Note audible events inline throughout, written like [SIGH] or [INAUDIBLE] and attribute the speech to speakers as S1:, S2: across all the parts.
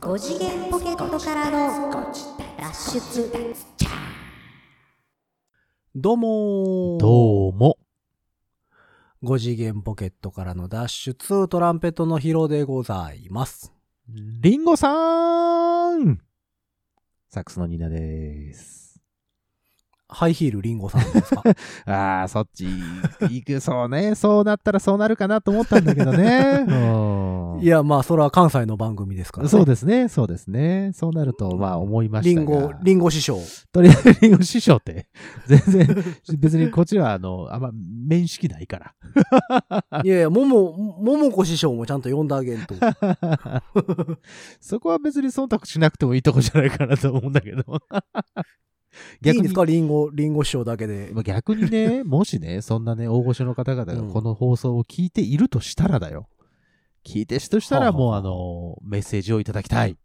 S1: 5次元ポケットからの脱出
S2: どうもー
S3: どうも。
S2: 5次元ポケットからの脱出、トランペットのヒロでございます。
S3: リンゴさーんサックスのニーナです。
S2: ハイヒールリンゴさんですか
S3: あー、そっち行く、そうね。 [LAUGHS] そうなったらそうなるかなと思ったんだけどね。 [LAUGHS] [LAUGHS] うん
S2: いや、まあ、それは関西の番組ですから、ね。
S3: そうですね、そうですね。そうなると、まあ思いま
S2: リ
S3: した
S2: ン
S3: が。
S2: ゴ、リンゴ師匠。
S3: とりあえずリンゴ師匠って、 [LAUGHS] 全然、別にこっちは、あの、あんま面識ないから。 [LAUGHS]
S2: いやいや、もも、ももこ師匠もちゃんと呼んであげ
S3: [LAUGHS]
S2: んと。
S3: そこは別に忖度しなくてもいいとこじゃないかなと思うんだけど。
S2: いいんですかリンゴ、リンゴ師匠だけで
S3: ま。あ逆
S2: [LAUGHS]
S3: にね、もしね、そんなね、大御所の方々がこの放送を聞いているとしたらだよ。聞いてしとしたら、
S2: はあ
S3: もう
S2: はあ
S3: あの、メッセージをいただきたい。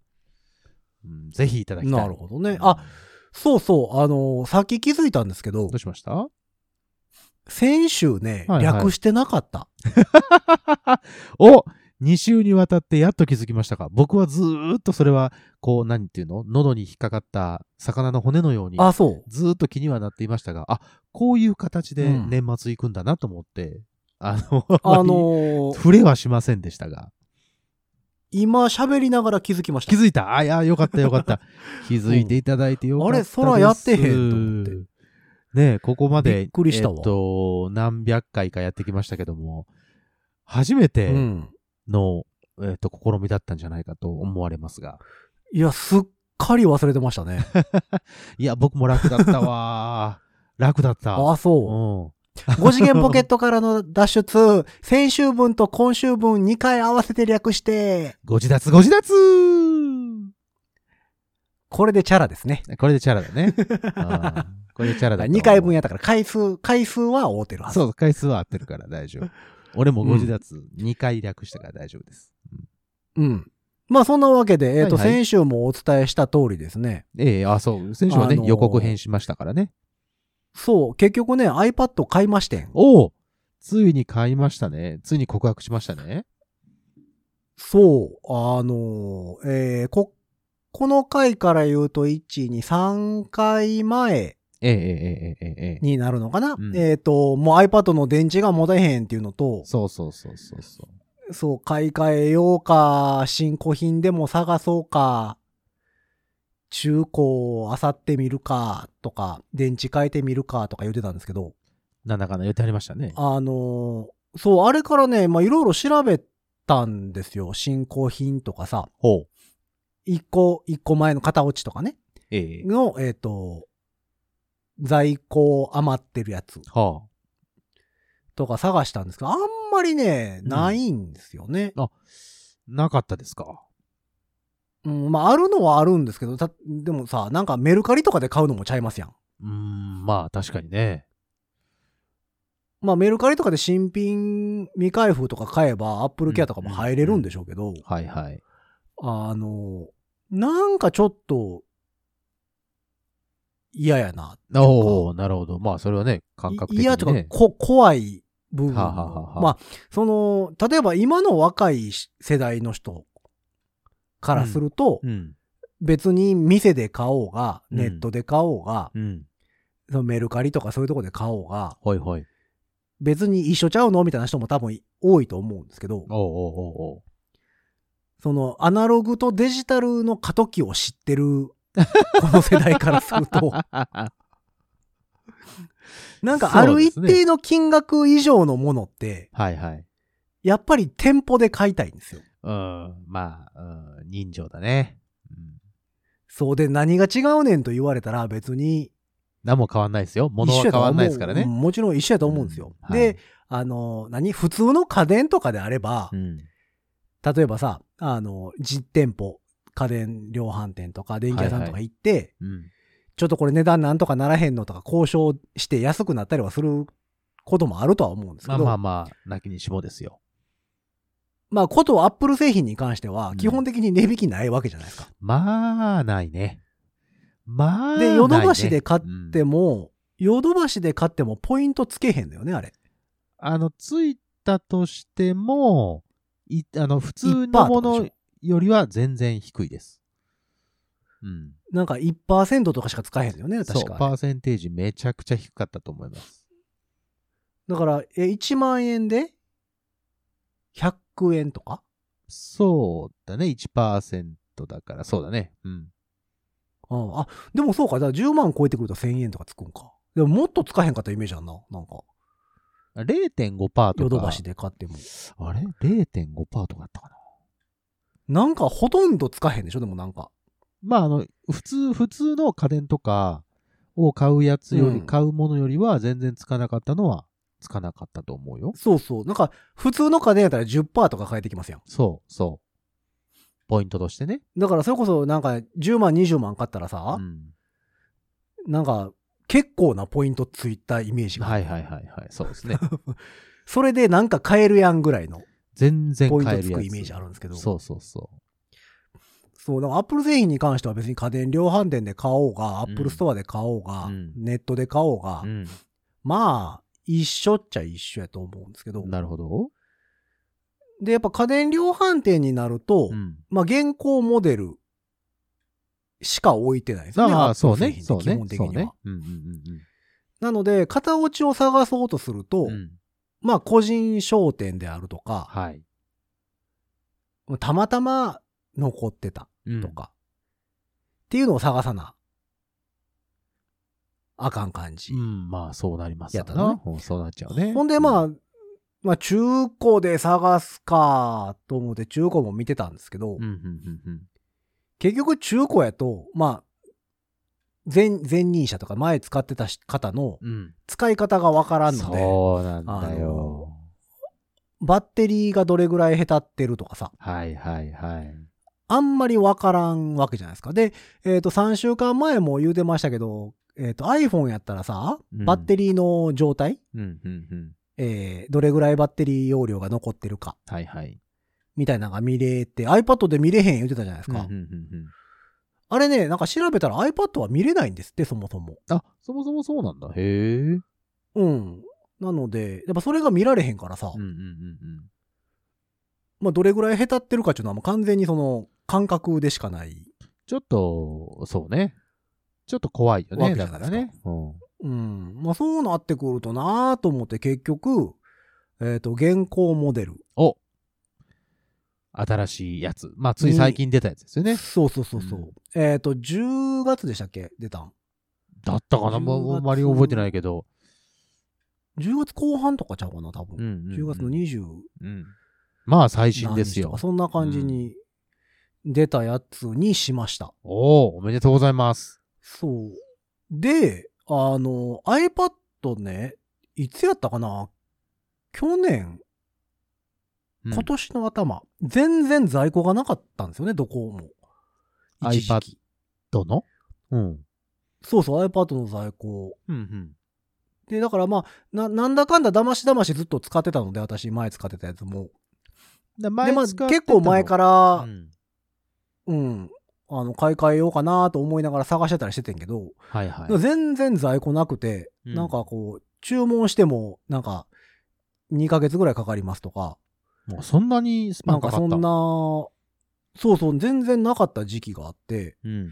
S3: うん、ぜひいただきたい。
S2: なるほどね。あ、そうそう、あのーさっき気づいたんですけど
S3: どう、しました
S2: 先週ね、
S3: はいはい
S2: 略してなかった。
S3: お !2 週にわたってやっと気づきましたか。僕はずーっとそれは、こう、何ていうの喉に引っかかった魚の骨のように、
S2: あ、そう。
S3: ずーっと気にはなっていましたが、あ、こういう形で
S2: うん
S3: 年末行くんだなと思って、あの、
S2: あの
S3: の、
S2: ー
S3: [LAUGHS] 触れはしませんでしたが。
S2: 今喋りながら気づきました
S3: 気。づいたあ、いや、よか
S2: [LAUGHS]
S3: った、よかった。気づいていただいてよかったです、
S2: あれ空やってへんと思って
S3: ねえ、ここまで、
S2: びっくりしたわ
S3: えっと、何百回かやってきましたけども、初めて
S2: うん。
S3: の、えっと、試みだったんじゃないかと思われますが。
S2: いや、すっかり忘れてましたね。
S3: いや、僕も楽だったわ
S2: [LAUGHS]
S3: ー。楽だった。
S2: あ、そう。
S3: うん。
S2: 5次元ポケットからの脱
S3: [LAUGHS]
S2: 出、先週分と今週分2回合わせて略して、
S3: ご自立、ご自立
S2: これでチャラですね。
S3: これでチャラだ
S2: [LAUGHS]
S3: ね。うんこれでチャラだと思う
S2: 2回分やったから回数、回数は合うてるはず。
S3: そう、回数は合ってるから大丈夫。俺もご自立2回略したから大丈夫です。うん
S2: うん。まあそんなわけで、えっ、と、
S3: はいはい
S2: 先週もお伝えした通りですね。
S3: ええあ、そう。選手はね、
S2: あのー
S3: 予告編しましたからね。
S2: そう、結局ね、iPad 買いましてん。
S3: おおついに買いましたね。ついに告白しましたね。
S2: そう、あのーえーこ、この回から言うと、1、2、3回前
S3: ええええええええ
S2: になるのかな、
S3: うん
S2: えっ、と、もう iPad の電池が持てへんっていうのと、
S3: そうそうそうそうそ
S2: そう、買い替えようか、新古品でも探そうか、中古を漁ってみるか、とか、電池変えてみるか、とか言ってたんですけど、
S3: う。なんだかんだ言ってありましたね。
S2: あのーそう、あれからね、まあ、いろいろ調べたんですよ。新古品とかさ、
S3: ほう。
S2: 一個、一個前の片落ちとかね、
S3: ええ
S2: の、えっ、と、在庫余ってるやつ
S3: は
S2: とか探したんですけど、あんまりね、
S3: うん
S2: ないんですよね。
S3: あ。あ、なかったですか。
S2: うん、まあ、あるのはあるんですけど、た、でもさ、なんかメルカリとかで買うのもちゃいますやん。
S3: うーん、まあ確かにね。
S2: まあ、メルカリとかで新品未開封とか買えば、アップルケアとかも入れるんでしょうけど、
S3: はいはい。
S2: あの、なんかちょっと、嫌やな。
S3: おおなるほど。まあそれはね、感覚的に、ね。
S2: 嫌とか、こ、怖い部分も。
S3: はあはあはあ
S2: まあ、その、例えば今の若い世代の人からすると、
S3: うん。
S2: 別に店で買おうが、
S3: うん
S2: ネットで買おうが、
S3: うん。
S2: そのメルカリとかそういうとこで買おうが、
S3: ほいほい。
S2: 別に一緒ちゃうのみたいな人も多分多いと思うんですけど、
S3: おうおうおうおう
S2: そのアナログとデジタルの過渡期を知って
S3: [LAUGHS]
S2: るこの世代からすると、なんかあ
S3: そう
S2: る
S3: で
S2: 一
S3: すね
S2: 定の金額以上のものって、
S3: はいはい。
S2: やっぱり店舗で買いたいんですよ。
S3: うん。まあ、うん、人情だね。うん
S2: そうで何が違うねんと言われたら別に
S3: 何も変わんないですよ。
S2: 一
S3: 物
S2: 緒
S3: は変
S2: やとは
S3: わ
S2: 思う
S3: んないですから
S2: うん
S3: ね。
S2: もちろん一緒やと思うんですよ。
S3: うんはい
S2: で、あの、何普通の家電とかであれば、
S3: うん。
S2: 例えばさ、あの、実店舗、家電量販店とか電気屋さんとか行って、
S3: うん。
S2: ちょっとこれ値段なんとかならへんのとか交渉して安くなったりはすることもあるとは思うんですけ
S3: まあ
S2: ど、ま
S3: ま
S2: あ、
S3: あまあ、なきにしもですよ。
S2: ことアップル製品に関しては
S3: うん
S2: 基本的に値引きないわけじゃないですか。
S3: まあ、ないね。まあ、
S2: で、ヨドバシで買っ
S3: ないね
S2: て
S3: うん
S2: も、ヨドバシで買ってもポイントつけへんのよね、あれ。
S3: あの、ついたとしても、いあの、普通
S2: 1%
S3: のも
S2: とか
S3: の
S2: でしょ、
S3: よりは全然低いです。うん。
S2: なんか1%とかしか使えへんよね、
S3: そう
S2: 確、か。
S3: パーセンテージめちゃくちゃ低かったと思います。
S2: だから、え、1万円で100円とか
S3: そうだね、1%だから、そうだね。うん。
S2: うん。あ、でもそうか。だから10万超えてくると1000円とかつくんか。でももっと使えへんかったイメージあんな。なんか、
S3: 0.5%
S2: ヨ
S3: と
S2: ド
S3: か
S2: バ。シで買っても。
S3: あれ ?0.5% とかだったかな。
S2: なんかほとんど使えへんでしょでもなんか。
S3: まあ、あの、普通、普通の家電とかを買うやつより、
S2: うん
S3: 買うものよりは全然つかなかったのは、つかなかったと思うよ。
S2: そうそう。なんか、普通の家電やったら10%とか返ってきますやん。
S3: そう、そう。ポイントとしてね。
S2: だからそれこそなんか10万20万買ったらさ
S3: う、ん。
S2: なんか結構なポイントついたイメージが。
S3: はいはいはいはい。そうです [LAUGHS] ね。
S2: それでなんか買えるやんぐらいの
S3: 全然
S2: ポイン
S3: 買
S2: ト
S3: える
S2: つ
S3: や
S2: く
S3: つ。
S2: イメージあるんですけど。
S3: そうそうそ
S2: そう、だからアップル製品に関しては別に家電量販店で買おうが、ア
S3: うん
S2: ップルストアで買おうが、
S3: うん
S2: ネットで買おうが、
S3: う。うん。
S2: まあ、一緒っちゃ一緒やと思うんですけど。
S3: なるほど。
S2: で、やっぱ家電量販店になると、
S3: うん。
S2: まあ現行モデルしか置いてないですね。
S3: あ
S2: アッ
S3: あ、
S2: プル
S3: そうね。
S2: 製
S3: そ
S2: 品
S3: う
S2: って基本。的
S3: ねそう
S2: には。
S3: ね。うんうん
S2: なので、型落ちを探そうとすると、
S3: うんうん。うん。
S2: まあ個人商店であるとか、
S3: はい。
S2: たまたま残ってた
S3: うん
S2: と。か、っていうのを探さなあかん感じ。
S3: うん、まあそうなりますわ
S2: やった
S3: な
S2: な。
S3: うんそうなっちゃうね。
S2: ほんで、
S3: あ、
S2: まあ、まあ、中古で探すかと思って中古も見てたんですけど、
S3: うんうんうんうん。
S2: 結局中古やと、まあ、前、前任者とか前使ってたし方の
S3: うん。
S2: 使い方がわからんので、
S3: そうなんだよ。
S2: バッテリーがどれぐらい下手ってるとかさ、
S3: はいはいはい。
S2: あんまりわからんわけじゃないですか。で、えっ、と、3週間前も言うてましたけど、えっ、と、iPhone やったらさ、
S3: うん
S2: バッテリーの状態、
S3: うんうんうん。
S2: えーどれぐらいバッテリー容量が残ってるか、
S3: はいはい。
S2: みたいなのが見れて、iPad で見れへん言ってたじゃないですか。
S3: うんうんうんうん
S2: あれね、なんか調べたら iPad は見れないんですって、そもそも。
S3: あ、そもそもそうなんだ。へえ。うん
S2: うん。なので、やっぱそれが見られへんからさ、
S3: うんうんうん。
S2: まあどれぐらい下手ってるかっていうのはもう完全にその感覚でしかない。
S3: ちょっと、そうね。ちょっと怖いよ
S2: わけ
S3: ね。
S2: じゃな
S3: だか
S2: い
S3: らね。うん。
S2: うん。まあそうなってくるとなぁと思って結局、えっ、と、現行モデル。
S3: お新しいやつ。まあつい最近出たやつですよね。
S2: そうそうそうそう。えっ、と、10月でしたっけ出たん。
S3: だったかなまあ
S2: 10
S3: あんまり覚えてないけど。
S2: 10月後半とかちゃうかな、多分。
S3: ん
S2: 10月の20、
S3: うん。まあ最新
S2: 何
S3: です
S2: 日と
S3: よ
S2: か。そんな感じに出たやつにしました。
S3: おお、おめでとうございます。
S2: そう。で、あの、iPad ね、いつやったかな去年、
S3: うん
S2: 今年の頭、全然在庫がなかったんですよね、どこも。一時期。
S3: どのうん。
S2: そうそう、iPad の在庫。
S3: うんうん。
S2: で、だからまあ、な、なんだかんだ騙し騙しずっと使ってたので、私前使ってたやつも。
S3: で、
S2: で、まあ、
S3: 前使って、
S2: 結構前からら
S3: う、ん
S2: うん、あの、買い替えようかなと思いながら探してたりしててんけど、
S3: はいはい。
S2: 全然在庫なくて、
S3: うん
S2: なんかこう、注文しても、なんか、2ヶ月ぐらいかかりますとか、
S3: もうそんなにスパ
S2: なん
S3: ンか
S2: か
S3: かった。
S2: そんな、そうそう、全然なかった時期があって、
S3: うん。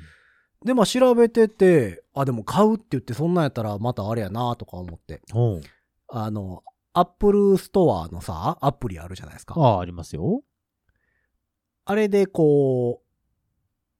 S2: で、まあ調べてて、あ、でも買うって言ってそんなんやったらまたあれやなとか思って、
S3: おう
S2: あの、アップルストアのさ、アプリあるじゃないですか。
S3: あ
S2: あ
S3: あ、ありますよ。
S2: れでこ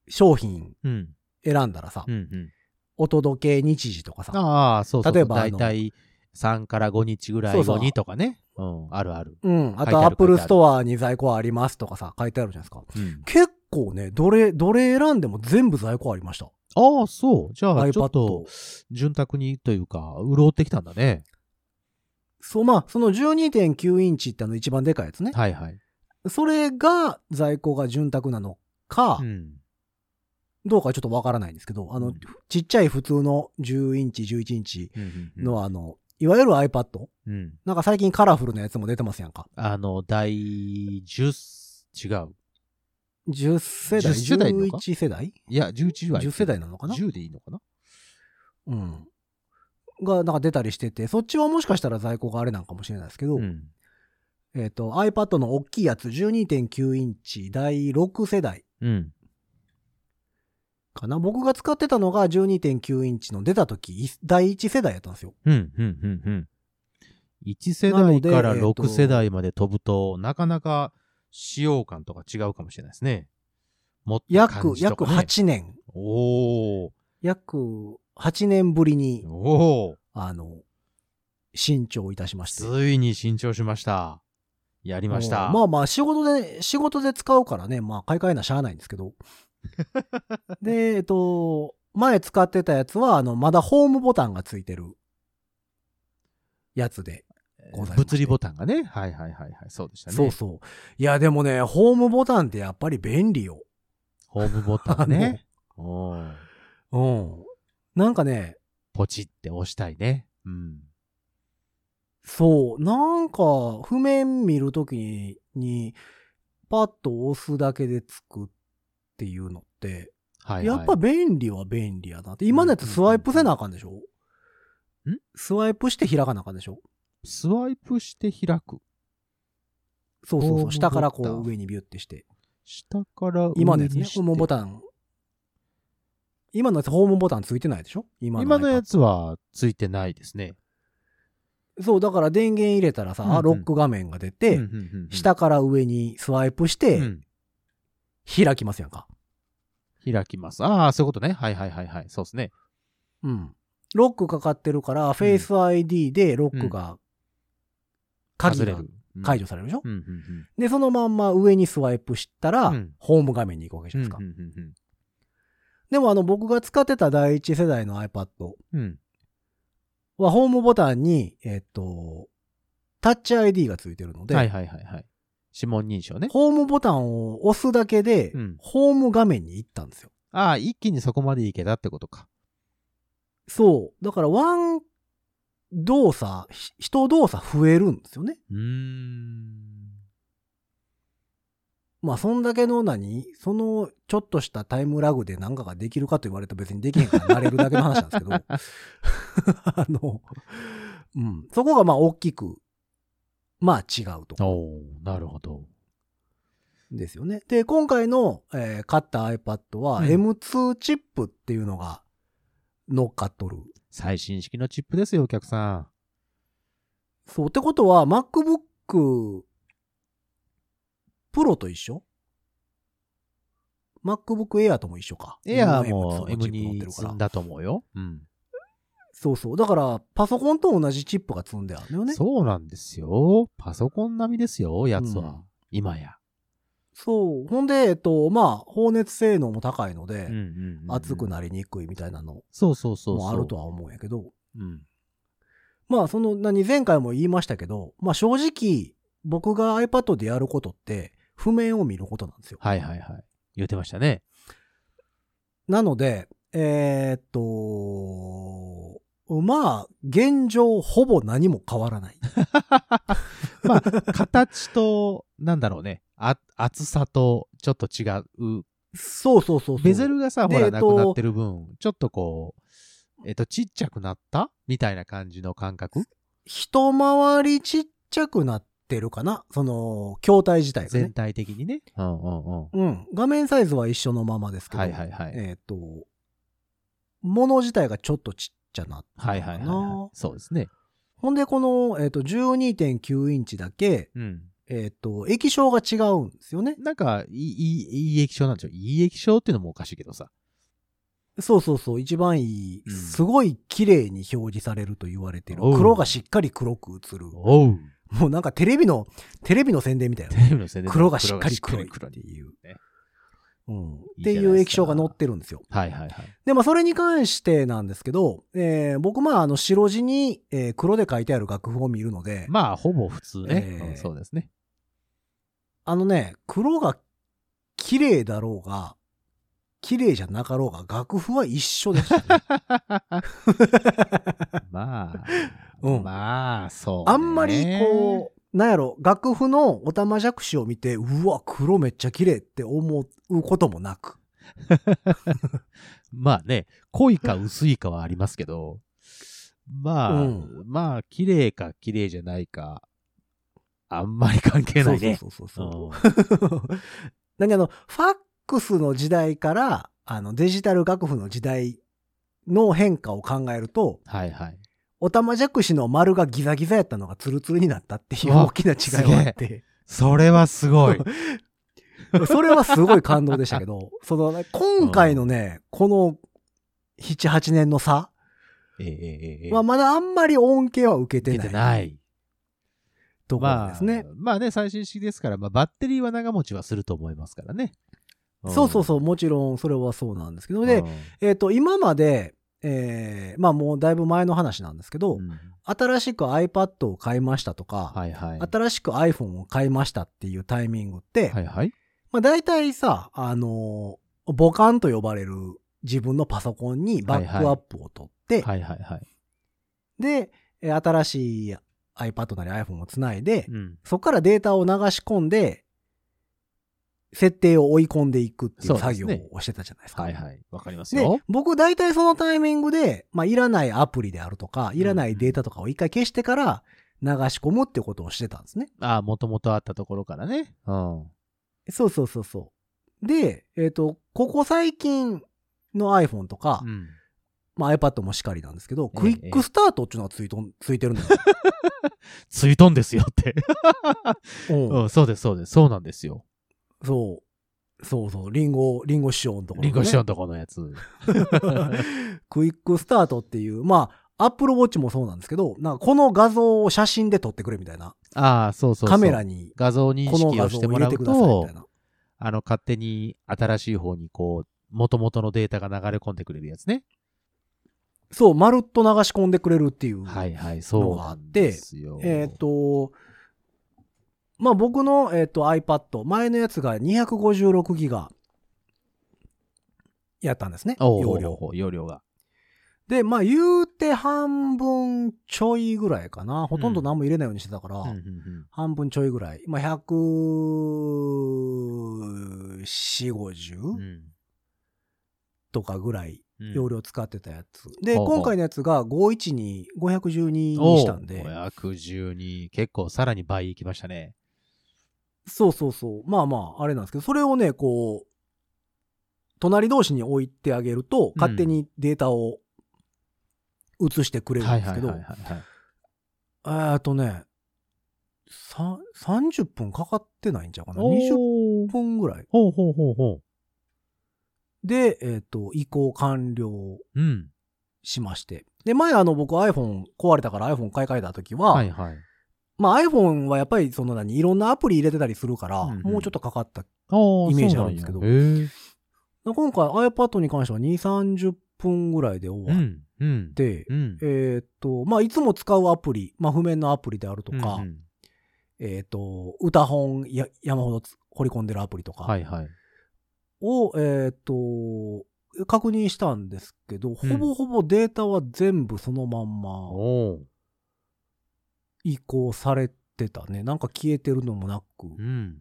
S2: う、商品
S3: うん。
S2: 選んだらさ、
S3: うんうん。
S2: お届け日時とかさ、
S3: ああ、そうそう。
S2: 例えばあ
S3: 大
S2: の
S3: 体3から5日ぐらい
S2: そうそ
S3: 後
S2: う
S3: にとかね。うん、あるある。
S2: うん、あ
S3: 書
S2: と
S3: いてあ
S2: ア
S3: る
S2: ップルストアに在庫ありますとかさ、書いてあるじゃないですか。
S3: うん。
S2: 結構ね、どれ、どれ選んでも全部在庫ありました。
S3: ああ、そう。じゃあ、ちょっ
S2: iPad
S3: と、。潤沢にというか、潤ってきたんだね。
S2: そう、まあ、その12.9インチってあの一番でかいやつね。
S3: はいはい。
S2: それが在庫が潤沢なのか、
S3: うん。
S2: どうかちょっとわからないんですけど、あ
S3: う
S2: の
S3: ん、
S2: ちっちゃい普通の10インチ、11インチ
S3: うんうんうん
S2: のあの、いわゆる iPad。
S3: うん。
S2: なんか最近カラフルなやつも出てますやんか。
S3: あの、第10、違う。
S2: 10世代、
S3: 10世代のか
S2: 11世代
S3: いや、11は
S2: ?10 世代なのかな
S3: ?10 でいいのかな
S2: うん。が、なんか出たりしてて、そっちはもしかしたら在庫があれなんかもしれないですけど、
S3: ん。
S2: えっ、と、iPad の大きいやつ、12.9インチ、第6世代
S3: うん。
S2: かな。僕が使ってたのが12.9インチの出た時、い第1世代やったんですよ。
S3: うん、うん、うん、うん。1世
S2: なの
S3: 代
S2: で
S3: から
S2: えーと
S3: 6世代まで飛ぶと、なかなか使用感とか違うかもしれないですね。もっと
S2: 約、
S3: 感じと
S2: 約
S3: か、ね、
S2: 8年。
S3: おー。
S2: 約8年ぶりに、
S3: おー。
S2: あの、新調いたしまして。
S3: ついに新調しました。やりました。
S2: うんまあまあ、仕事で、仕事で使うからね、まあ、買い替えなしゃあないんですけど。
S3: [LAUGHS]
S2: で、えっと、前使ってたやつは、あの、まだホームボタンがついてるやつで。ございまして
S3: 物理ボタンがね。はいはいはいはい。そうでしたね。
S2: そうそう。いや、でもね、ホームボタンってやっぱり便利よ。
S3: ホームボタンね。おー
S2: うん。なんかね、
S3: ポチって押したいね。うん。
S2: そう、なんか、譜面見るときに、にパッと押すだけでつくっていうのって、
S3: はい、はい。
S2: やっぱ便利は便利やなって。今のやつスワイプせなあかんでしょ
S3: ん
S2: スワイプして開かなあかんでしょ
S3: スワイプして開く。
S2: そうそう
S3: ホーム
S2: そう。
S3: ボタン
S2: 下からこう上にビュってして。
S3: 下から上にして
S2: 今のやつね、ホームボタン。今のやつホームボタンついてないでしょ今の
S3: 今のや
S2: iPad
S3: つはついてないですね。
S2: そう、だから電源入れたらさ、
S3: うんうん
S2: ロック画面が出て、
S3: うんうんうんうん、
S2: 下から上にスワイプして、
S3: うん
S2: 開きますやんか。
S3: 開きます。ああ、そういうことね。はいはいはいはい。そうですね。
S2: うん。ロックかかってるから、フェイス ID でロックが、鍵
S3: 外れ
S2: が
S3: る。
S2: 解除されるでしょ、
S3: うんうんうん
S2: で、そのまんま上にスワイプしたら、
S3: うん
S2: ホーム画面に行くわけじ
S3: う
S2: ゃ
S3: ん。
S2: ないですか。
S3: うんうんうん
S2: でもあの、僕が使ってた第一世代の iPad
S3: うんうん。
S2: は、ホームボタンに、えっと、タッチ ID がついてるので、
S3: はいはいはいはい。指紋認証ね。
S2: ホームボタンを押すだけで、
S3: うん
S2: ホーム画面に行ったんですよ。
S3: ああ、一気にそこまでいけたってことか。
S2: そう。だから、ワン動作、ひ人動作増えるんですよね。
S3: うーん。
S2: まあ、そんだけの何その、ちょっとしたタイムラグで何かができるかと言われると別にできへんからなれるだけの話なんですけど。 [LAUGHS] あの、うん。そこがまあ、大きく、まあ、違うと。
S3: おーなるほど。
S2: ですよね。で、今回の、えー買った iPad は、
S3: うん
S2: M2 チップっていうのが乗っかっとる。
S3: 最新式のチップですよ、お客さん。
S2: そう。ってことは、MacBook Pro と一緒 ?MacBook Air とも一緒か。
S3: エアーも
S2: M2 のチップ乗って
S3: M2
S2: るか
S3: 積
S2: ら
S3: んだと思うよ。うん。
S2: そうそう。だから、パソコンと同じチップが積んであるのよね。そう
S3: そうなんですよ。パソコン並みですよ、やつは。
S2: うん
S3: 今や。
S2: ほんで、えっと、まあ、放熱性能も高いので、熱く
S3: い。
S2: なりにくいみたいなの
S3: そうそうそうそう。
S2: もあるとは思うんやけど、
S3: うん。
S2: まあ、その、何、前回も言いましたけど、まあ正直、僕が iPad でやることって、譜面を見ることなんですよ。
S3: はいはいはい。言ってましたね。
S2: なので、えーっと、まあ、現状ほぼ何も変わらない。
S3: まあ、形と、なんだろうね。あ厚さと、ちょっと違う。
S2: そうそうそうそう。
S3: [LAUGHS] ベゼルがさ、
S2: で
S3: ほ
S2: え
S3: ら、
S2: っと
S3: なくなってる分、ちょっとこう、えっと、ちっちゃくなったみたいな感じの感覚
S2: 一回りちっちゃくなってるかなその、筐体自体が
S3: 全
S2: ね。
S3: 体的にね。うんうんうん。
S2: うん。画面サイズは一緒のままですけど、
S3: はいはいはい。
S2: えーっと、物自体がちょっとちっちゃなって
S3: はいはいはいはい。そうですね。
S2: ほんで、この、えっ、と、12.9インチだけ、
S3: うん。
S2: えっ、と、液晶が違うんですよね。
S3: なんか、いい、いい、いい液晶なんですよ。いい液晶っていうのもおかしいけどさ。
S2: そうそうそう、一番いい、
S3: うん
S2: すごい綺麗に表示されると言われてる。
S3: おう
S2: 黒がしっかり黒く映る。
S3: おう。
S2: もうなんかテレビの、テレビの宣伝みたい
S3: テ
S2: な。
S3: レビの宣伝だ
S2: 黒がしっかり黒いって
S3: に
S2: いう
S3: ね。
S2: うん、っ
S3: いいじ
S2: て
S3: ゃないですか
S2: いう液晶が載ってるんですよ。
S3: はいはいはい。
S2: で、まあ、それに関してなんですけど、えー僕、まあ、あの、白地に、えー黒で書いてある楽譜を見るので、
S3: まあ、ほぼ普通ね
S2: え。ー
S3: うんそうですね。
S2: あのね、黒が綺麗だろうが、綺麗じゃなかろうが、楽譜は一緒で
S3: [LAUGHS]
S2: したね。
S3: まあ、
S2: うん
S3: まあ、そう、ね。
S2: あんまりこう、なんやろ、楽譜のおたまじゃくしを見て、うわ、黒めっちゃ綺麗って思うこともなく。
S3: まあね、濃いか薄いかはありますけ
S2: [LAUGHS]
S3: ど、まあ、
S2: うん
S3: まあ、綺麗か綺麗じゃないか、あんまり関係ないね。
S2: そうそうそうそう。 [LAUGHS] なんかあの、ファックスの時代から、あの、デジタル楽譜の時代の変化を考えると、
S3: うんはいはい。
S2: おたまじゃくしの丸がギザギザやったのがツルツルになったっていう
S3: うわ
S2: 大きな違いがあって、
S3: それはす
S2: [LAUGHS]
S3: ごい。
S2: それはすごい感動でしたけど、 [LAUGHS] その、今回のね、この7、8年の差
S3: ええええええ
S2: はまだあんまり恩恵は受けて
S3: 出
S2: ない
S3: てない。
S2: ところ
S3: ま
S2: です
S3: あ、
S2: ね。
S3: まあね、最新式ですから、まあ、バッテリーは長持ちはすると思いますからね。
S2: そうそうそう、
S3: う
S2: もちろんそれはそうなんですけど、
S3: ん。
S2: で
S3: うん、
S2: えっ、と、今まで、えーまあもうだいぶ前の話なんですけど、
S3: うん
S2: 新しく iPad を買いましたとか、
S3: はいはい。
S2: 新しく iPhone を買いましたっていうタイミングって、
S3: はいはい。
S2: まあ大体さ、あのー母艦と呼ばれる自分のパソコンにバックアップを取って、
S3: はいはいはい。
S2: で、えー新しい iPad なり iPhone をつないで、
S3: うん。
S2: そこからデータを流し込んで、設定を追い込んでいくっていう作業
S3: そうですね
S2: をしてたじゃないですか。
S3: はいはい。わかります
S2: で
S3: よ。、
S2: 僕大体そのタイミングで、まあ、いらないアプリであるとか、いらないデータとかを一回消してから流し込むってことをしてたんですね。
S3: ああ、もともとあったところからね。うん。
S2: そうそうそうそう。で、えっ、と、ここ最近の iPhone とか、
S3: うん
S2: まあ、iPad もしかりなんですけど、
S3: ええ
S2: クイックスタートっていうのがついとんついてるんだよ。
S3: ついとんですよって。
S2: う
S3: うんん、そうです、そうです。そうなんですよ。
S2: そう。そうそう。リンゴ、リンゴ師匠のところ、ね。
S3: リンゴ師匠のとこのやつ。
S2: [LAUGHS] クイックスタートっていう、まあ、Apple Watch もそうなんですけど、なんかこの画像を写真で撮ってくれみたいな。
S3: ああ、そうそうそう。
S2: カメラに
S3: 画像認
S2: この
S3: 識
S2: 画
S3: を
S2: 像
S3: し
S2: を
S3: ても
S2: 入
S3: ら
S2: れて
S3: う
S2: くださいみ
S3: と
S2: たい、な。
S3: あの、勝手に新しい方にこう、元々のデータが流れ込んでくれるやつね。
S2: そう、まるっと流し込んでくれるっていう。
S3: はいはい、そうなんですよ。
S2: えっ、と、まあ僕の、えー、と iPad、前のやつが256ギガやったんですね、
S3: おう
S2: 容量。
S3: おうおう容量が。
S2: で、まあ言うて半分ちょいぐらいかな。ほとんど何も入れないようにしてたから、
S3: うんうんうん
S2: 半分ちょいぐらい。まあ100、4、
S3: う
S2: 50
S3: ん
S2: とかぐらい
S3: うん
S2: 容量使ってたやつ。で、
S3: ほうほう
S2: 今回のやつが512、512にしたんで。
S3: おう512。結構さらに倍いきましたね。
S2: そうそうそう。まあまあ、あれなんですけど、それをね、こう、隣同士に置いてあげると、勝手にデータを移してくれるん
S3: はい
S2: です
S3: はい
S2: け
S3: はい
S2: ど
S3: はい、はい。
S2: えーっとね、さ30分かかってないんちゃうかな。20
S3: おー
S2: 分ぐらい。
S3: ほうほうほうほ
S2: で、えーっと、移行完了
S3: う。うん。
S2: しまして。で、前あの、僕 iPhone 壊れたから iPhone 買い替えた時は、
S3: はいはい。
S2: まあ iPhone はやっぱりその何、いろんなアプリ入れてたりするから、
S3: うんうん
S2: もうちょっとかかった
S3: イ
S2: イメージあるんですけど
S3: へー
S2: 今回 iPad に関しては2、30分ぐらいで終
S3: う
S2: わっ
S3: ん。うん。
S2: て、
S3: うん。
S2: えーっと、まあ、いつも使うアプリ、まあ、譜面のアプリであるとか、
S3: うんうん
S2: えーっと、歌本や山ほどつ掘り込んでるアプリと
S3: は
S2: か
S3: いはい。
S2: を、えーっと、確認したんですけど、ほぼほぼデータは全部そのまんま
S3: おう
S2: 移行されてたね。なんか消えてるのもなく。
S3: うん。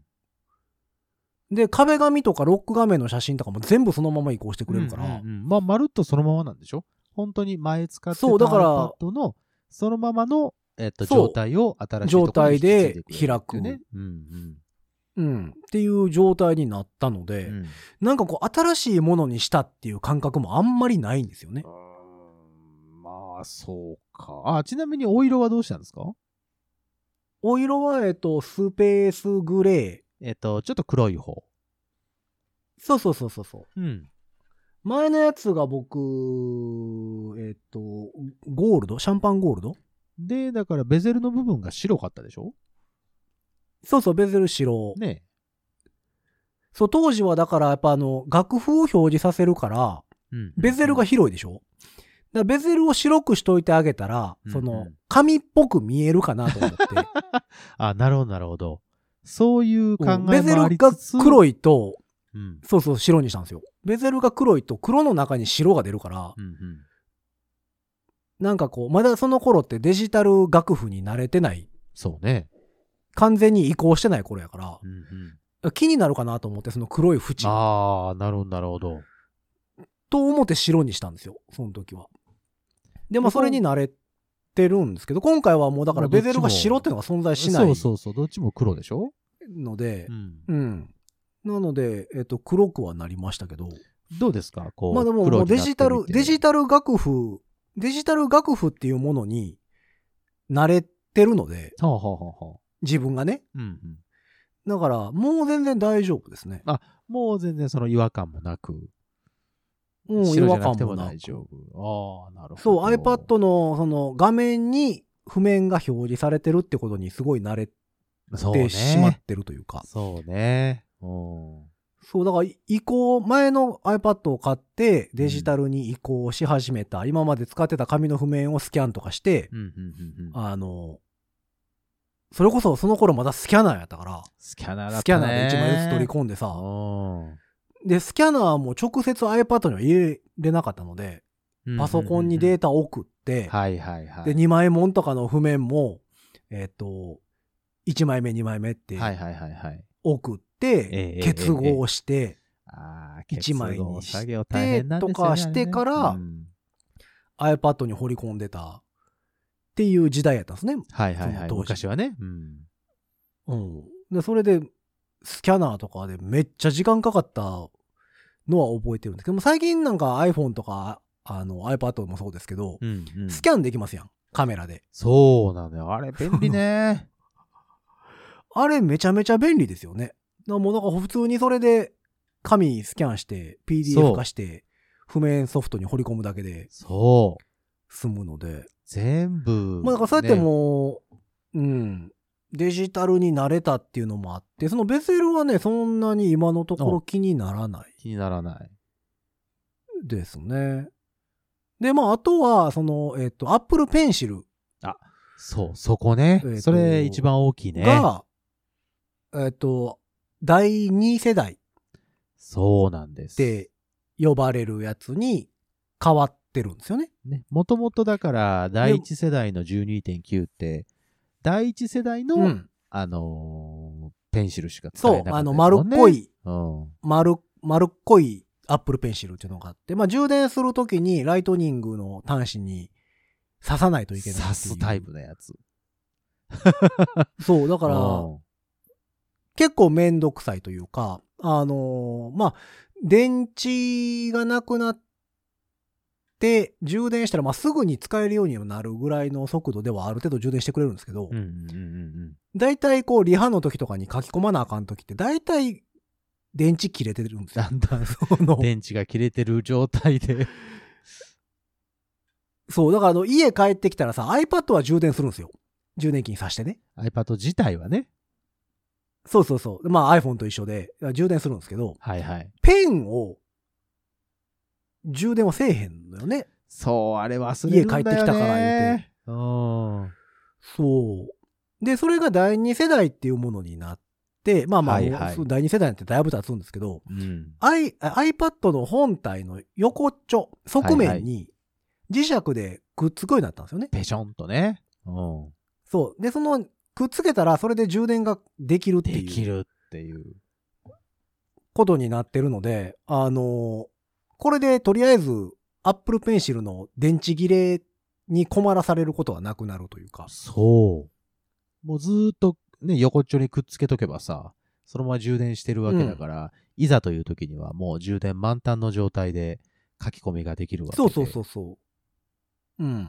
S2: で、壁紙とかロック画面の写真とかも全部そのまま移行してくれるから、
S3: うんうんうんまあ、まるっとそのままなんでしょ本当に前使ってた
S2: そうだから
S3: iPad の、そのままの、えっと、
S2: そう
S3: 状態を新しいところに引き継いでくれる
S2: 状態で開
S3: ってい
S2: く
S3: うね。うん
S2: うんっていう状態になったので、
S3: うん。うん
S2: なんかこう新しいものにしたっていう感覚もあんまりないんですよね。
S3: まあ、そうか。あ、ちなみにお色はどうしたんですか
S2: お色は、えっと、スペースグレ
S3: えっと、ちょっと黒い方。
S2: ー。そうそうそうそうそう。
S3: うん。
S2: 前のやつが僕、えっと、ゴールドシャンパンゴールド
S3: で、だからベゼルの部分が白かったでしょ
S2: そうそう、ベゼル白。
S3: ね
S2: そう、当時はだからやっぱあの、楽譜を表示させるから、
S3: うん
S2: ベゼルが広いでしょだからベゼルを白くしといてあげたら、
S3: うん
S2: そ
S3: うん
S2: の、紙っぽく見えるかなと思 [LAUGHS] って。
S3: あ、なるほど、なるほど。そういう考え
S2: うん
S3: も
S2: ベゼ
S3: あ
S2: ル
S3: り
S2: が
S3: つつ、
S2: 黒いと、
S3: うん。うん
S2: そうそう、白にしたんですよ。ベゼルが黒いと、黒の中に白が出るから、
S3: うん
S2: なんかこう、まだその頃ってデジタル楽譜に慣れてない、
S3: そうね。
S2: 完全に移行してない頃やか
S3: うんうん
S2: ら、気になるかなと思って、その黒い縁
S3: ああ、なるほど、なるほど。
S2: と思って白にしたんですよ、その時は。でもそれに慣れってるんですけど、今回はもうだから
S3: も
S2: ベ
S3: うどっちも
S2: ゼルが白っていうのが存在しない
S3: そうそうそう、どっちも黒でしょ、
S2: ので
S3: う、ん
S2: うん。なので、えっと、黒くはなりましたけど、
S3: どうですかこう。
S2: まあでも
S3: 黒
S2: もう
S3: に
S2: デ
S3: なってみ
S2: ジ
S3: て
S2: タル、デジタル楽譜、デジタル楽譜っていうものに慣れてるので、
S3: はあ、はあはあはあ
S2: 自分がね。
S3: うんうん。
S2: だから、もう全然大丈夫ですね。
S3: もう全然その違和感もなく、
S2: もう違
S3: 白じゃ
S2: 和
S3: な
S2: 感
S3: くて
S2: も
S3: も
S2: な
S3: 大
S2: い。
S3: 丈夫。ああ、なるほど。
S2: そう、iPad のその画面に譜面が表示されてるってことにすごい慣れ
S3: そう
S2: てしまっ
S3: ね。
S2: てるというか。
S3: そうね。うん。
S2: そう、だから移行、前の iPad を買ってデジタルに移行し始めた、今まで使ってた紙の譜面をスキャンとかして、
S3: うんうんうんうん。
S2: あの、それこそその頃まだスキャナーやったから、
S3: スキャナーだったね。
S2: スキャナーで1枚ずつ取り込んでさ、で、スキャナーも直接 iPad には入れれなかったので、
S3: うん。
S2: パソコンにデー
S3: ー
S2: タを送って、
S3: はいはいはい。
S2: で、2枚もんとかの譜面も、えっ、と、1枚目、2枚目って
S3: はいはいはいはい。
S2: 送っ
S3: え
S2: て
S3: え、
S2: 結合して、
S3: ああ、
S2: 一枚にして
S3: 作業大変なんですよね
S2: とかしてから
S3: あれねうん、
S2: iPad に掘り込んでたっていう時代やったんですね。
S3: はいはいはい。
S2: その当時
S3: 昔はね。うん。
S2: うん。で、それで、スキャナーとかでめっちゃ時間かかったのは覚えてるんですけども、最近なんか iPhone とか、あの iPad もそうですけど、
S3: うんうん
S2: スキャンできますやん、カメラで。
S3: そうなのよ。あれ便
S2: [LAUGHS]
S3: 利ね。
S2: あれめちゃめちゃ便利ですよね。なもうなんか普通にそれで紙スキャンして、
S3: そう
S2: PDF 化して、譜面ソフトに掘り込むだけで
S3: そう。
S2: 済むので。
S3: 全部、
S2: まあだからそうやって
S3: ね
S2: もう、うん、デジタルに慣れたっていうのもあって、そのベゼルはね、そんなに今のところ気にならない
S3: 気にならない。
S2: ですね。で、まああとは、その、えっ、と、Apple Pencil
S3: そう、そこね。
S2: えーと
S3: それ一番大きいね。
S2: が、えっ、と、第2世代
S3: そうなんで
S2: っ
S3: す。
S2: て呼ばれるやつに変わってるんですよね。
S3: ね、もともとだから、第一世代の12.9って、第一世代の、
S2: うん。
S3: あのーペンシルしか使え
S2: そ
S3: な
S2: う
S3: かっ、た
S2: あの、
S3: です
S2: 丸
S3: も
S2: っ
S3: んね
S2: こ。い、
S3: うん。
S2: 丸、丸っこい Apple Pencil っていうのがあって、まあ、充電するときにライトニングの端子に刺さないといけないっていう
S3: 刺すタイ。プのやつ。
S2: そう、だから、
S3: うん
S2: 結構めんどくさいというか、あのーまあ、電池がなくなって、充電したら、まあ、すぐに使えるようにはなるぐらいの速度ではある程度充電してくれるんですけど、
S3: うんうんうんうん。
S2: だいたいこう、リハの時とかに書き込まなあかん時って、だいたい電池切れてるんですよ
S3: だ。んだ
S2: [LAUGHS]
S3: ん
S2: その
S3: 電池が切れてる状態で。
S2: そう、だからあの、家帰ってきたらさ、iPad は充電するんですよ。充電器に挿してね。
S3: [LAUGHS] iPad 自体はね。
S2: そうそうそう。まあ iPhone と一緒で、充電するんですけど、
S3: はいはい。
S2: ペンを、充電はせえへんのよね。
S3: そう、あれ忘れるんだよ
S2: 家
S3: ね。
S2: 帰ってきたから言う
S3: て。うん。
S2: そう。で、それが第二世代っていうものになって、まあまあ、
S3: はいはい
S2: そう第二世代ってだいぶ経つんですけど、
S3: うん。
S2: I、iPad の本体の横っちょ、側面に磁石でくっつくようになったんですよね。
S3: ぺしょんとね。うん。
S2: そう。で、その、くっつけたら、それで充電ができるっていう。
S3: できるっていう。
S2: ことになってるので、あのこれでとりあえず Apple Pencil の電池切れに困らされることはなくなるというか。
S3: そう。もうずーっとね、横っちょにくっつけとけばさ、そのまま充電してるわけだから、いざという時にはもう充電満タンの状態で書き込みができるわけで。。
S2: そうそうそううそう。うん。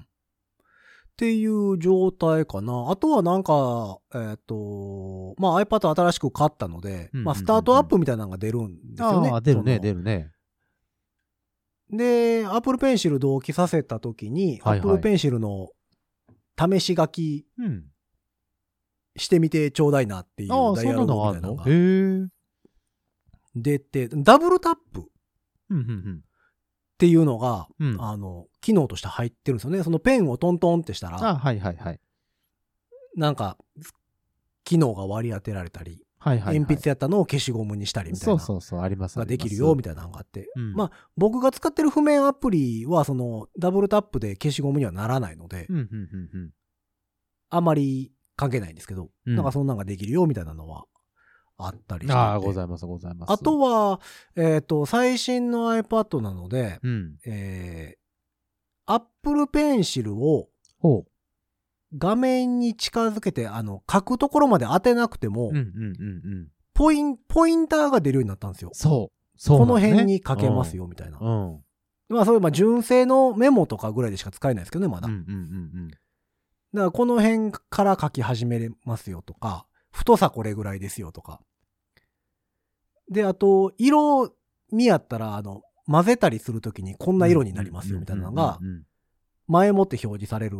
S2: っていう状態かな。あとはなんか、えっ、と、まあ iPad 新しく買ったので、
S3: うんうんうんうん
S2: まあスタートアップみたいなのが出るんですよね。
S3: ああ、出るね、
S2: その
S3: 出るね。
S2: で、Apple Pencil 同期させた時に、
S3: はいはい
S2: Apple Pencil の試し書き
S3: うん。
S2: してみてちょうだいなっていう
S3: ああ、
S2: ダ
S3: そ
S2: イ
S3: ん
S2: ア
S3: な
S2: ログみ
S3: のがあ
S2: たい
S3: ん
S2: なの
S3: の
S2: が
S3: へえ。うん
S2: 出て、ダブルタップっ
S3: うんうん。
S2: ていうのが、
S3: うん
S2: あの、機能として入ってるんですよね。そのペンをトントンってした
S3: あ
S2: ら、
S3: はいはいはい。
S2: なんか、機能が割り当てられたり、
S3: はいはい、はい。
S2: 鉛筆やったのを消しゴムにしたりみたい
S3: そう
S2: な。
S3: そうそう、あります。
S2: ができるよみ
S3: たい
S2: たいなのがあって、
S3: うん
S2: まあ僕が使ってる譜面アプリはそのダブルタップで消しゴムにはならないので、
S3: うん、うん、うん、うん。
S2: あまり関係ないんですけど、
S3: うん
S2: なんかそんなんができるよみたいなのはあったりしてて
S3: ああ、ございます、ございます。
S2: あとは、えっ、と、最新の iPad なので、
S3: うん。
S2: えー、Apple Pencil を
S3: ほう。
S2: 画面に近づけて、あの、書くところまで当てなくても、
S3: うんうんうんうん。
S2: ポイン、ポインターが出るようになったんですよ。
S3: そう。そう
S2: こ
S3: な
S2: の
S3: んですね
S2: 辺に書けます。よ、みたいな。
S3: うん。うん
S2: まあ、それ、まあ、純正のメモとかぐらいでしか使えないですけどね、まだ。
S3: うんうんう
S2: だ
S3: ん
S2: から、この辺から書き始めれますよとか、太さこれぐらいですよとか。で、あと、色にやったら、あの、混ぜたりするときにこんな色になりますよ、みたいなのが
S3: う、んうんうんうん
S2: 前もって表示される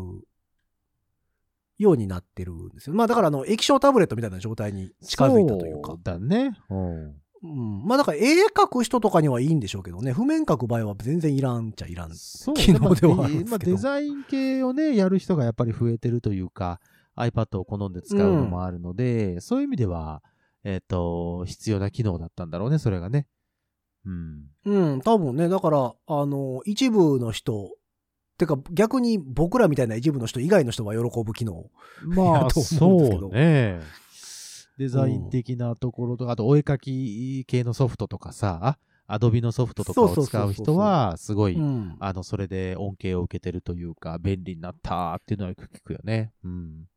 S2: ようになってるんですよ。まあ、だから、あの、液晶タブレットみたいな状態に近づいたというか。
S3: そうだね。うん。
S2: うん、まあだから絵描く人とかにはいいんでしょうけどね、譜面描く場合は全然いらんちゃいらん。
S3: そう
S2: 機能ではあるんですけど
S3: まあデザイン系をね、やる人がやっぱり増えてるというか、iPad を好んで使うのもあるので、そういう意味では、えっ、と、必要な機能だったんだろうね、それがね。うん。
S2: うん、多分ね、だから、あの、一部の人、てか逆に僕らみたいな一部の人以外の人は喜ぶ機能。
S3: まあ、
S2: やと思うんですけど
S3: そうね。デザイン的なところとか、あとお絵描き系のソフトとかさ、アドビのソフトとか
S2: そう
S3: を
S2: そうそう
S3: 使
S2: そうう
S3: 人は、すごい、
S2: うん。
S3: あの、それで恩恵を受けてるというか、便利になったっていうのはよく聞くよね。うん。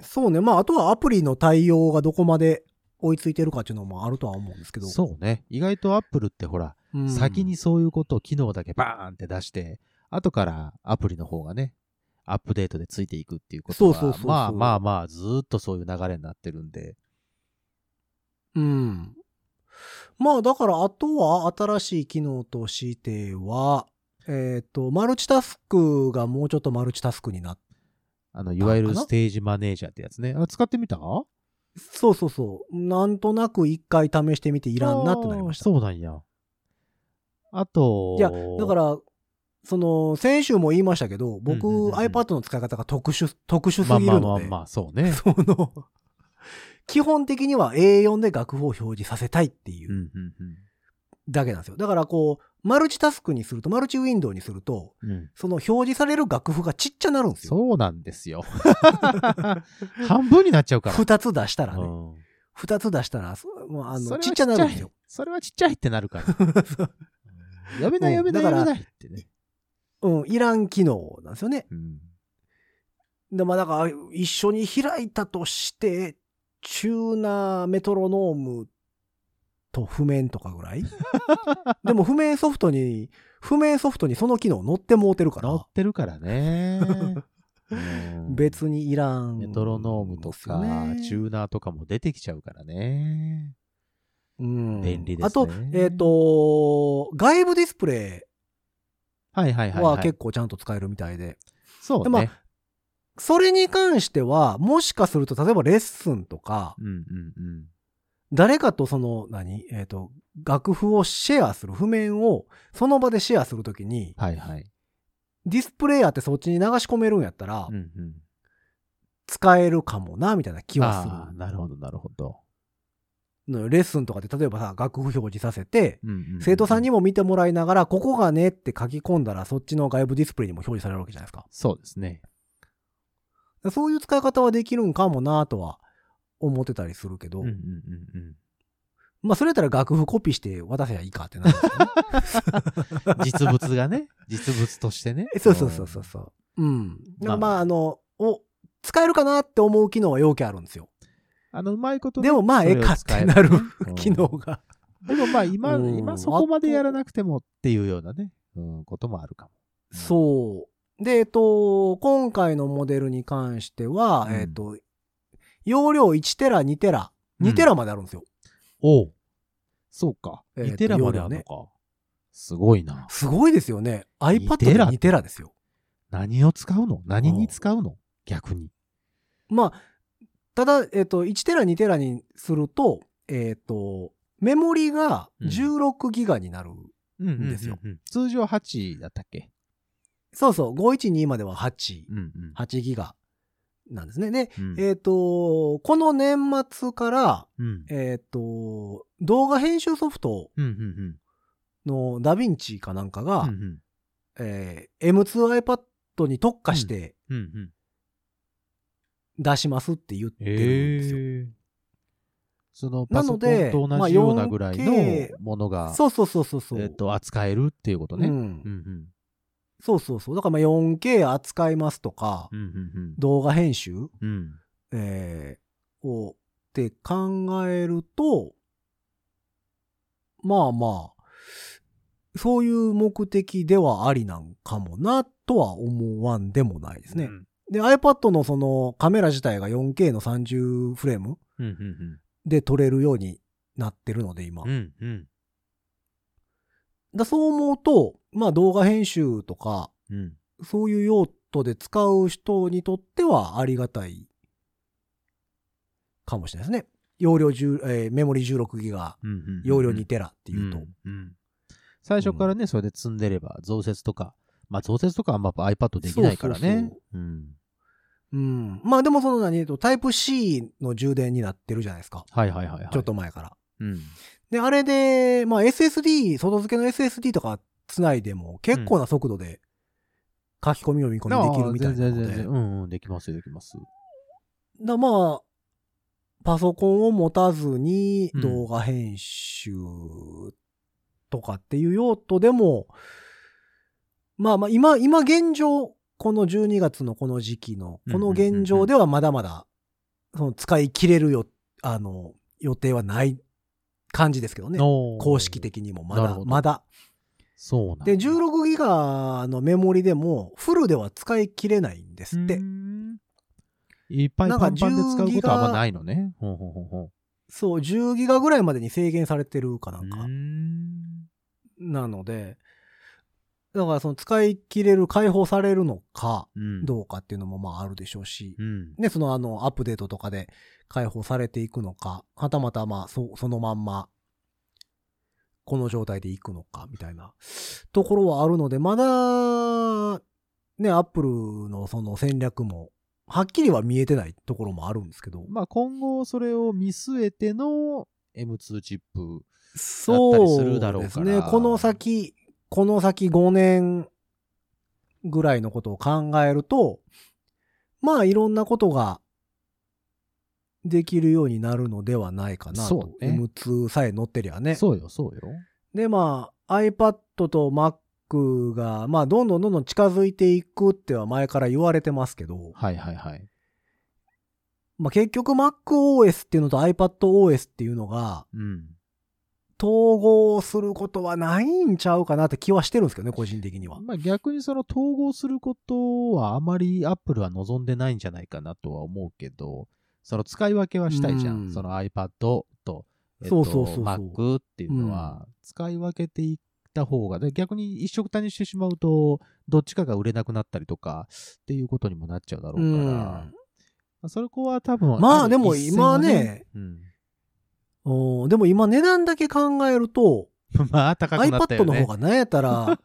S2: そうね、まああとはアプリの対応がどこまで追いついてるかっていうのもあるとは思うんですけど。
S3: そうね。意外とアップルってほら、
S2: うん
S3: 先にそういうことを機能だけバーンって出して、後からアプリの方がね、アップデートでついていくっていうこと
S2: そうそう
S3: が
S2: そう、そう
S3: まあまあまあ、ずーっとそういう流れになってるんで。
S2: うん。まあだから、あとは新しい機能としては、えっ、と、マルチタスクがもうちょっとマルチタスクになっ
S3: あの、いわゆ
S2: か
S3: る
S2: な
S3: ステージマネージャーってやつね。あ使ってみた
S2: そうそうそう。なんとなく一回試してみてい
S3: い
S2: らんなってなりました。
S3: そうなんや。あと、
S2: いや、だか、ら、その、先週も言いましたけど、僕、
S3: うんうんうん
S2: iPad の使い方が特殊、特殊
S3: まあ
S2: すぎ
S3: まあ
S2: る
S3: ま
S2: の
S3: あ
S2: で、
S3: まあ、そう
S2: [LAUGHS]
S3: ね。
S2: その、基本的には A4 で楽譜を表示させたいっていううん
S3: うん
S2: だけなんですよ。だからこう、マルチタスクにすると、マルチウィンドウにすると、
S3: うんうん
S2: その表示される楽譜がちっちゃなるんですよ。
S3: そうなんですよ。 [LAUGHS] 半分になっちゃうから。
S2: 二つ出したら
S3: う
S2: ね。
S3: ん
S2: 二つ出したら、そもうあ
S3: それ
S2: の
S3: は
S2: ちっちゃなるんですよ。
S3: それはちっちゃいってなるから。やめない
S2: [LAUGHS] うん
S3: やめない
S2: だ
S3: や
S2: から
S3: めないってね。
S2: うん、いらん機能なんですよね。
S3: うん
S2: で、まあ、だから、一緒に開いたとして、チューナー、メトロノームと譜面とかぐ
S3: [LAUGHS]
S2: らいでも譜面ソフトに、譜面ソフトにその機能載ってもうてるか
S3: 乗
S2: ら
S3: っ、てるからね。
S2: [LAUGHS] 別にいらん、
S3: メトロノームとか、チ
S2: 中、
S3: ューナーとかも出てきちゃうからね。
S2: うん、
S3: 便利ですね
S2: あと、えっ、と、外部ディスプレ
S3: はいはい
S2: イ
S3: はい、は。
S2: はい結構ちゃんと使えるみたいで、
S3: そう
S2: ま
S3: ね
S2: あ。それに関しては、もしかすると、例えばレッスンとか、
S3: うんうんうん。
S2: 誰かとその、何えっ、と、楽譜をシェアする、譜面をその場でシェアするときに、
S3: はいはい。
S2: ディスプレイヤーってそっちに流し込めるんやったら
S3: う、んうん。
S2: 使えるかもな、みたいな気はす
S3: ああ
S2: る
S3: なるほどなるほど。
S2: のよ。レッスンとかで、例えばさ、楽譜表示させて、
S3: うんうんうん
S2: 生徒さんにも見てもらいながら、ここがねって書き込んだら、そっちの外部ディスプレイにも表示されるわけじゃないですか。
S3: そうですね。
S2: そういう使い方はできるんかもな、とは思ってたりするけど、
S3: うんうんうん
S2: まあ、それやったら楽譜コピーして渡せばいいかってなるんですよね。。
S3: うん。実物がね、実物としてね
S2: そうそうそうそうそう。うん。
S3: まあ
S2: まあ、あの、お、使えるかなって思う機能は要件あるんですよ。
S3: うん。あの、うまいことね
S2: でもまあ、ええかってなる機能。が。
S3: [LAUGHS] それを使えばねうんでもまあ、今、
S2: うん
S3: 今そこまでやらなくてもっていうようなね、うん、こともあるかも。
S2: そう。で、えっと、今回のモデルに関しては、
S3: うん
S2: えっと、容量1テラ、2テラ、2テラまであるんですよ。
S3: おう。そうか。
S2: えーと
S3: 2テラまであるのか。すごいな。
S2: すごいですよね。iPad で
S3: テラ
S2: 2テラですよ。
S3: 何を使うの何に使うの逆に。
S2: まあ、ただ、えっと、1テラ、2テラにすると、えっと、メモリが16ギガになる。
S3: うん
S2: うんですよ。
S3: 通常8だったっけ
S2: そうそう、512までは8。
S3: うんうん。
S2: 8ギガなんですね。で、
S3: うん
S2: えっ、と、この年末から、
S3: うん
S2: えっ、と、動画編集ソフト
S3: うんうん
S2: のダヴィンチかなんか
S3: うん。
S2: が、
S3: うんうん
S2: えー M2iPad に特化して
S3: うんうん。
S2: 出しますって言ってるんですよ。
S3: ええ。そのパソコンと同じようなぐらい
S2: なのでまあ
S3: のものが、
S2: そうそうそうそうそう。
S3: えっと、扱えるっていうこと
S2: う
S3: ね。
S2: ん
S3: うん
S2: そうそうそう。だからまあ 4K 扱いますとか、
S3: うんうん
S2: 動画編集、
S3: うん。うん。
S2: えーをって考えると、まあまあ、そういう目的ではありなんかもな、とは思わんでもないですね。
S3: うん
S2: で、iPad のそのカメラ自体が 4K の30フレーム
S3: うんうん
S2: で撮れるようになってるので、今。
S3: うん。うんうん
S2: だそう思うと、まあ動画編集とか、
S3: うん。
S2: そういう用途で使う人にとってはありがたいかもしれないですね。容量10、えーメモリ16ギガ、
S3: うんうんうん
S2: 容量2テラっていうと。
S3: んん最初からね、それで積んでれば、増設とか、まあ増設とかはまあ iPad できないからね
S2: そうそう。
S3: うん
S2: うん。まあでもその何、えっとタイプ C の充電になってるじゃないですか。
S3: はいはいはいはい。
S2: ちょっと前から。
S3: うん。
S2: で、あれで、まあ SSD、外付けの SSD とか繋いでも結構な速度で書き込みを見込みできるみたいな
S3: 全然
S2: の
S3: 全
S2: で
S3: 然。。うんうん、できますよできます。
S2: だまあ、パソコンを持たずに
S3: うん
S2: 動画編集とかっていう用途でも、まあまあ今、今現状、この12月のこの時期の、この現状ではまだまだ、その使い切れるよ、あの、予定はない感じですけどね。公
S3: 公
S2: 式。的にもま
S3: なる
S2: だ
S3: ほ、ど
S2: まだ。
S3: そうなんだ
S2: で、16ギガのメモリでも、フルでは使い切れないんですって。
S3: うーんいっぱい
S2: なん
S3: パ
S2: か
S3: ンパンで使うことはあん
S2: 10ギガ
S3: まないのね。ほうほうほうほ
S2: そう、10ギガぐらいまでに制限されてるかな
S3: う。
S2: んか。
S3: うーん
S2: なので、だからその使い切れる、解放されるのか、
S3: うん。
S2: どうかっていうのもまああるでしょうし、
S3: うん。
S2: ね、そのあの、アップデートとかで解放されていくのか、はたまたまあ、そそのまんま、この状態でいくのか、みたいなところはあるので、まだ、ね、アップルのその戦略も、はっきりは見えてないところもあるんですけど、
S3: まあ今後それを見据えての M2 チップ。
S2: そう
S3: だったりするだろうから
S2: ですね。この先、この先5年ぐらいのことを考えると、まあいろんなことができるようになるのではないかなと
S3: そ。うね
S2: M2 さえ乗ってりゃね。
S3: そうよ、そうよ。
S2: でまあ iPad と Mac が、まあどんどんどんどん近づいていくっては前から言われてますけど、
S3: はいはいはい。
S2: まあ結局 MacOS っていうのと iPadOS っていうのが、
S3: うん。
S2: 統合することはないんちゃうかなって気はしてるんですけどね、個人的には。
S3: まあ逆にその統合することはあまりアップルは望んでないんじゃないかなとは思うけど、その使い分けはしたいじゃん。
S2: うん
S3: その iPad と、えっ
S2: そ
S3: と
S2: うそうそうそう
S3: Mac っていうのは、使い分けていった方が、で逆に一緒くたにしてしまうと、どっちかが売れなくなったりとかっていうことにもなっちゃうだろうか
S2: う
S3: ら、
S2: ん
S3: まあそれこは多分、
S2: まあでも
S3: る一線は
S2: 今ね、
S3: うん、 [LAUGHS]
S2: うんでも今値段だけ考えると、
S3: まあ高くなった
S2: iPad
S3: よ
S2: の方
S3: ね。
S2: がなんやった
S3: [LAUGHS]
S2: ら、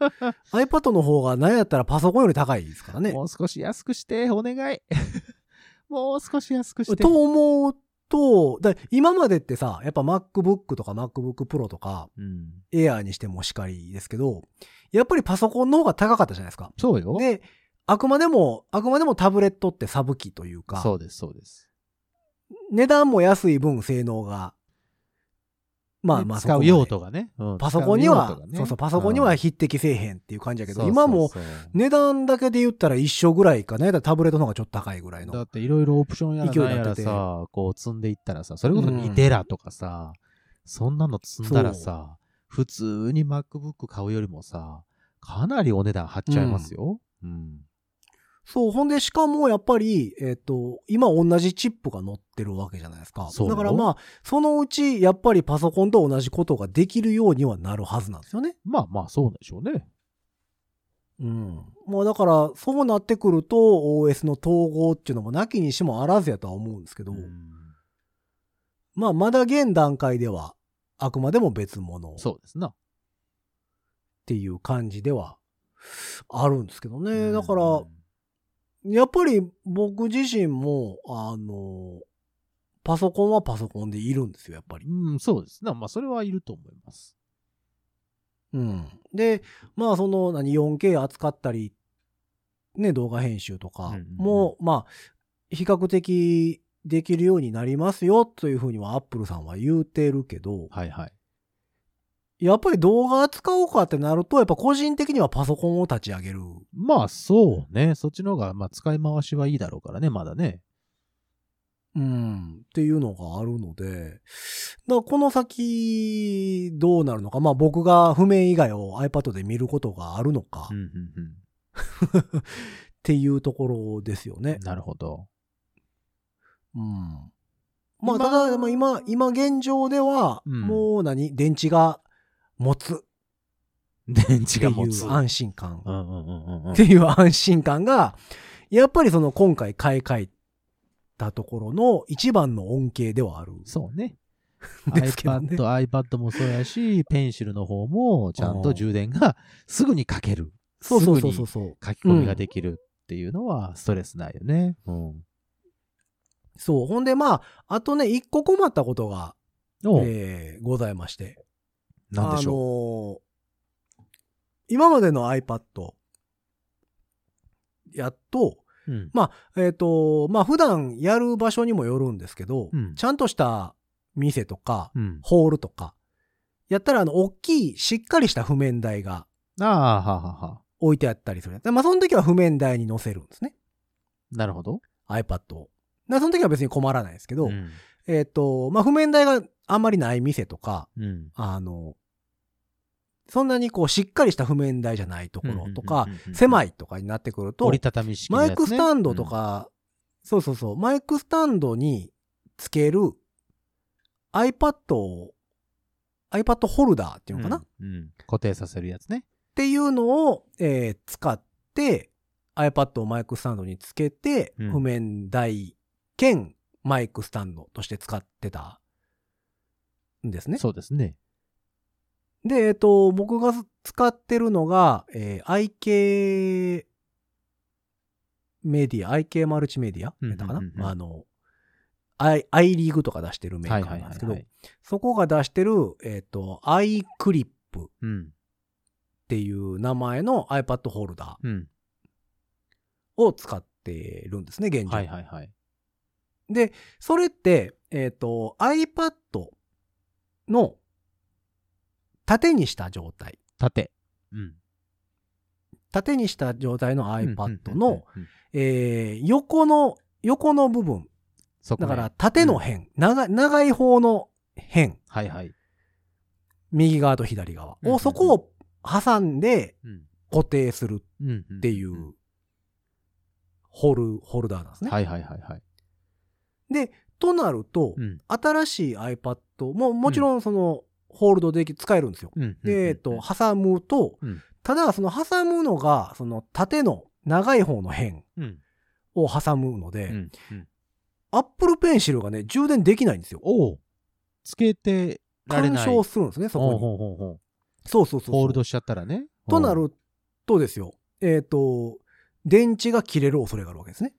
S2: iPad の方がなんやったらパソコンより高いですからね。
S3: もう少し安くして、お願い。 [LAUGHS] もう少し安くして。
S2: と思うと、だ今までってさ、やっぱ MacBook とか MacBook Pro とか
S3: うん、
S2: Air にしてもしかりですけど、やっぱりパソコンの方が高かったじゃないですか。
S3: そうよ。
S2: で、あくまでも、あくまでもタブレットってサブ機というか、
S3: そうです、そうです。
S2: 値段も安い分性能が、まあ
S3: で
S2: まあそこ
S3: 使
S2: ま
S3: う
S2: で
S3: 用途がね。うん
S2: パソコンには
S3: 使、用途がね
S2: そうそう、パソコンには匹敵せえへんっていう感じ
S3: だ
S2: やけど、今も、値段だけで言ったら一緒ぐらいかね。だからタブレットの方がちょっと高いぐらい
S3: だ
S2: の。
S3: っていろいろオプションやら
S2: 勢い
S3: な
S2: に
S3: んや
S2: なっ
S3: ら
S2: てて
S3: さ、こう積んでいったらさ、それこそ
S2: うん
S3: 2テラとかさ、そんなの積んだらさ、普通に MacBook 買うよりもさ、かなりお値段張っちゃいますよ。うん。
S2: そう、ほんでしかもやっぱり、えっ、と、今同じチップが乗ってるわけじゃないですか。
S3: そう
S2: だからまあ、そのうちやっぱりパソコンと同じことができるようにはなるはずなんですよね。
S3: まあまあ、そうでしょうね。
S2: うん。まあだから、そうなってくると OS の統合っていうのもなきにしもあらずやとは思うんですけど、
S3: うん
S2: まあまだ現段階ではあくまでも別物。
S3: そうですな。
S2: っていう感じではあるんですけどね。
S3: うん
S2: だから、やっぱり僕自身も、あの、パソコンはパソコンでいるんですよ、やっぱり。
S3: うん、そうですな。まあ、それはいると思います。
S2: うん。で、まあその、何、4K 扱ったり、ね、動画編集と
S3: うん
S2: か
S3: うんうん
S2: も、まあ、比較的できるようになりますよ、というふうにはアップルさんは言うてるけど、
S3: はいはい。
S2: やっぱり動画扱おうかってなると、やっぱ個人的にはパソコンを立ち上げる。
S3: まあそうね。そっちの方が、まあ使い回しはいいだろうからね、まだね。
S2: うん、っていうのがあるので、だからこの先どうなるのか、まあ僕が譜面以外を iPad で見ることがあるのか
S3: うん
S2: っ
S3: うん
S2: ていうところですよ
S3: う
S2: ね
S3: ん。。なるほど。
S2: うん。まあただ、まあ今、今現状では、
S3: うん
S2: もう何電池が持つっ
S3: 電
S2: て
S3: 池
S2: い
S3: が持つ。
S2: う安心感。
S3: うんうんうんうんうん
S2: っていう安心感が、やっぱりその今回買い替えたところの一番の恩恵ではある。
S3: そうね。
S2: [LAUGHS] ですけどね
S3: iPad、iPad もそうやし、ペンシルの方もちゃんと充電がすぐにかける。
S2: そうそうそうそうそう。
S3: 書き込みができるっていうのはストレスないよね。うん。
S2: そう。ほんでまあ、あとね、一個困ったことが、
S3: おう
S2: えーございまして。
S3: なんでしょ
S2: ょ
S3: う。
S2: う。あのー今までの iPad、やっと、
S3: うん
S2: えっ、と、まあ普段やる場所にもよるんですけど、
S3: うん
S2: ちゃんとした店とか、
S3: うん。
S2: ホールとか、やったらあの、大きい、しっかりした譜面台が
S3: ああ、はあはあはあ。
S2: 置いてあったりするやつ。でまあ、その時は譜面台に載せるんですね。
S3: なるほど。
S2: iPad を。でその時は別に困らないですけど、
S3: うん。
S2: えっ、と、まあ、譜面台があんまりない店とか、
S3: うん。
S2: あの、そんなにこう、しっかりした譜面台じゃないところとか
S3: うんうんうんうんう、ん
S2: 狭いとかになってくると
S3: 折り、たたみ式の
S2: マ
S3: やつ、
S2: イ
S3: ね、
S2: クスタンドとか、そうそうそう、マイクスタンドにつける iPad を、iPad ホルダーっていうのかな、っ
S3: うん、うん固定させるやつね。
S2: ていうのを、えー使って、iPad をマイクスタンドにつけて、
S3: うん
S2: 譜面台兼マイクスタンドとして使ってたんですね。
S3: そうですね。
S2: で、えっ、と、僕が使ってるのが、えー IK メディア、IK マルチメディア
S3: うんうんうん
S2: だったかな、あの、I, I リーグとか出してるメーカーなんですけど、そこが出してる、えっ、と、iClip っ
S3: うん。
S2: ていう名前の iPad ホルダ
S3: うん。
S2: ーを使ってるんですね、現状。
S3: はいはいはい。
S2: で、それって、えっ、と、iPad の縦にした状態。
S3: 縦。うん。
S2: 縦にした状態の iPad
S3: うんうん
S2: の、
S3: うんうん、
S2: えー横の、横の部分。
S3: そこ
S2: だ
S3: ね
S2: から、縦の辺、長い、長い方の辺、
S3: はいはい。
S2: 右側と左側
S3: うんうんう
S2: を、
S3: ん
S2: そこを挟んで
S3: うん。
S2: 固定するっ
S3: うん、うん。
S2: てい
S3: ん
S2: う、ホル、ホルダーなんですね。
S3: はいはいはいはい。
S2: で、となると、
S3: うん。
S2: 新しい iPad も、もちろんその、ホールドでき、使えるんですよ。
S3: うん。
S2: で、えっと、挟むと
S3: うん、
S2: ただ、その挟むのが、その縦の長い方の辺
S3: うん。
S2: を挟むので、
S3: うん。うん。うん。
S2: アップルペンシルがね、充電できないんですよ。
S3: おうつけてられ
S2: 干
S3: ない。
S2: 渉するんですね、そこ
S3: おう
S2: に。
S3: ほうほうほう
S2: そうそうそうそう。
S3: ホールドしちゃったらね。
S2: となるとですよ、えっ、と、電池が切れる恐れがあるわけですね。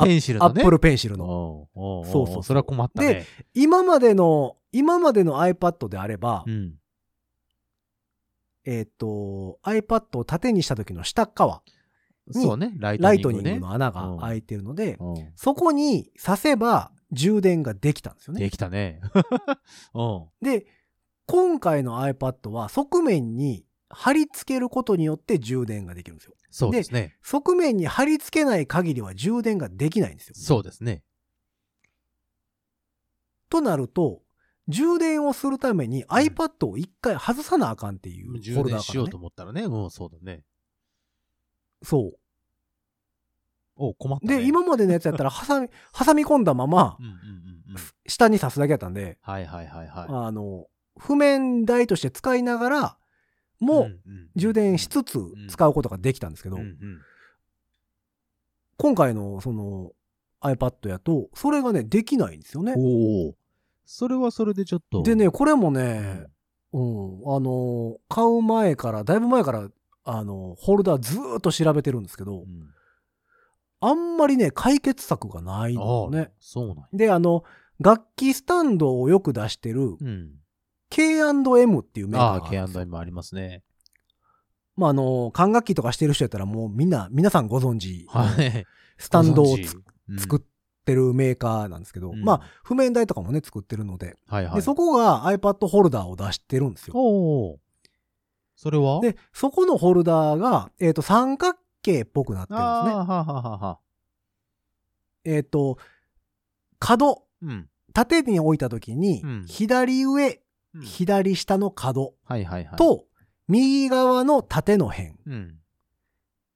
S3: うん。 [LAUGHS] ペンシル
S2: ア
S3: のね。
S2: ップルペンシルの。
S3: おうおうおう
S2: そうそうそう
S3: それは困ったね。
S2: 今までの、今までの iPad であれば、
S3: うん。
S2: えっ、と、iPad を縦にした時の下っ側、
S3: そうね。ライ
S2: ライ
S3: ト
S2: ト
S3: ニ
S2: ニ
S3: ング
S2: ン
S3: ね。
S2: グの穴が開いてるので、
S3: うん
S2: そこに刺せば充電ができたんですよね。
S3: できたね。 [LAUGHS] うん。
S2: で、今回の iPad は側面に貼り付けることによって充電ができるんですよ。
S3: そうですね。
S2: 側面に貼り付けない限りは充電ができないんですよ。
S3: そうですね。
S2: となると、充電をするために iPad を一回外さなあかんっていう
S3: 充
S2: ホルダ
S3: 電
S2: ーか
S3: し
S2: ら、
S3: よ
S2: ね
S3: うと。思ったらね。うん、そうだね。
S2: そ
S3: お困っ
S2: う。
S3: たね。 [LAUGHS]
S2: で、今までのやつやったら挟み、挟み込んだまま
S3: うんうんうんうん。
S2: 下に刺すだけやったんで、
S3: はいはいはいは
S2: あの、譜面台として使いながら
S3: い。
S2: も
S3: んん
S2: 充電しつつ使うことができたんですけど、
S3: うんうん
S2: 今回のその iPad やと、それがね、できないんですよね。
S3: おお。それはそれでちょっと。
S2: でね、これも
S3: う
S2: ね
S3: ん、、
S2: うん、あの、買う前から、だいぶ前から、あの、ホルダーずーっと調べてるんですけど、
S3: うん
S2: あんまりね、解決策がない
S3: あ
S2: の
S3: あ、
S2: ね。
S3: そうなんや。
S2: で、あの、楽器スタンドをよく出してる
S3: うん。
S2: K&M っていうメーカ
S3: あ
S2: ーがある
S3: あ、
S2: んですよ
S3: K&M ありますね。
S2: まあ、あの、管楽器とかしてる人やったらもうみんな、皆さんご存知、
S3: はい。
S2: スタンドを
S3: ご存知
S2: つ作っってるメーカーなんですけど、
S3: うん
S2: まあ、譜面台とかもね、作ってるので、
S3: はいはい。
S2: でそこが iPad ホルダーを出してるんですよ。
S3: おーそれは
S2: で、そこのホルダーが、えっ、と、三角形っぽくなってるん
S3: あ
S2: ですね。
S3: ーはははは
S2: えっ、と、角、
S3: うん。
S2: 縦に置いた時に、
S3: うん
S2: 左上、
S3: うん
S2: 左下の角
S3: はいはいはい。
S2: と、、右側の縦の辺
S3: うん。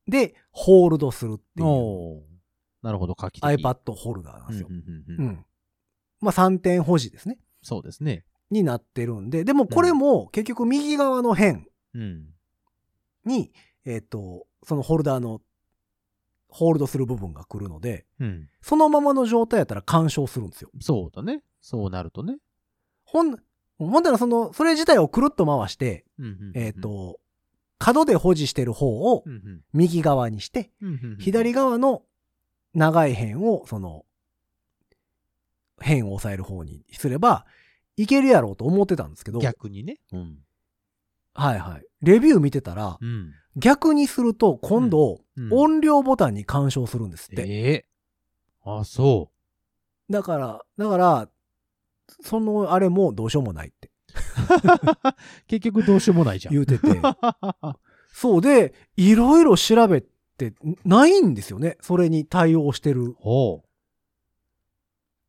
S2: でホールドするっていう
S3: おーなるほど、書き
S2: iPad ホルダーなんですよ。
S3: うんうんう
S2: うん
S3: うんん。
S2: まあ3点保持ですね。
S3: そうですね。
S2: になってるんで、でもこれも結局右側の辺
S3: うん。
S2: に、えっ、と、そのホルダーのホールドする部分が来るので、
S3: うん。
S2: そのままの状態やったら干渉するんですよ。
S3: そうだね。そうなるとね。
S2: ほん、ほんだらその、それ自体をくるっと回して、
S3: うんうんうんうん
S2: えっ、、と、角で保持してる方を
S3: うんうん
S2: 右側にして、
S3: うんうんうん
S2: 左側の長い辺を、その、辺を押さえる方にすれば、いけるやろうと思ってたんですけど、
S3: 逆にね。うん。
S2: はいはい。レビュー見てたら、
S3: うん。
S2: 逆にすると今度、
S3: うん
S2: 音量ボタンに干渉するんですって。
S3: ええあ、そ
S2: だから、だから、そのあれもどうしようもないって
S3: う。結局どうしようもないじゃん。
S2: 言うてて。
S3: は
S2: そうで、いろいろ調べてないんですよね。それに対応してる。
S3: [LAUGHS] ほう。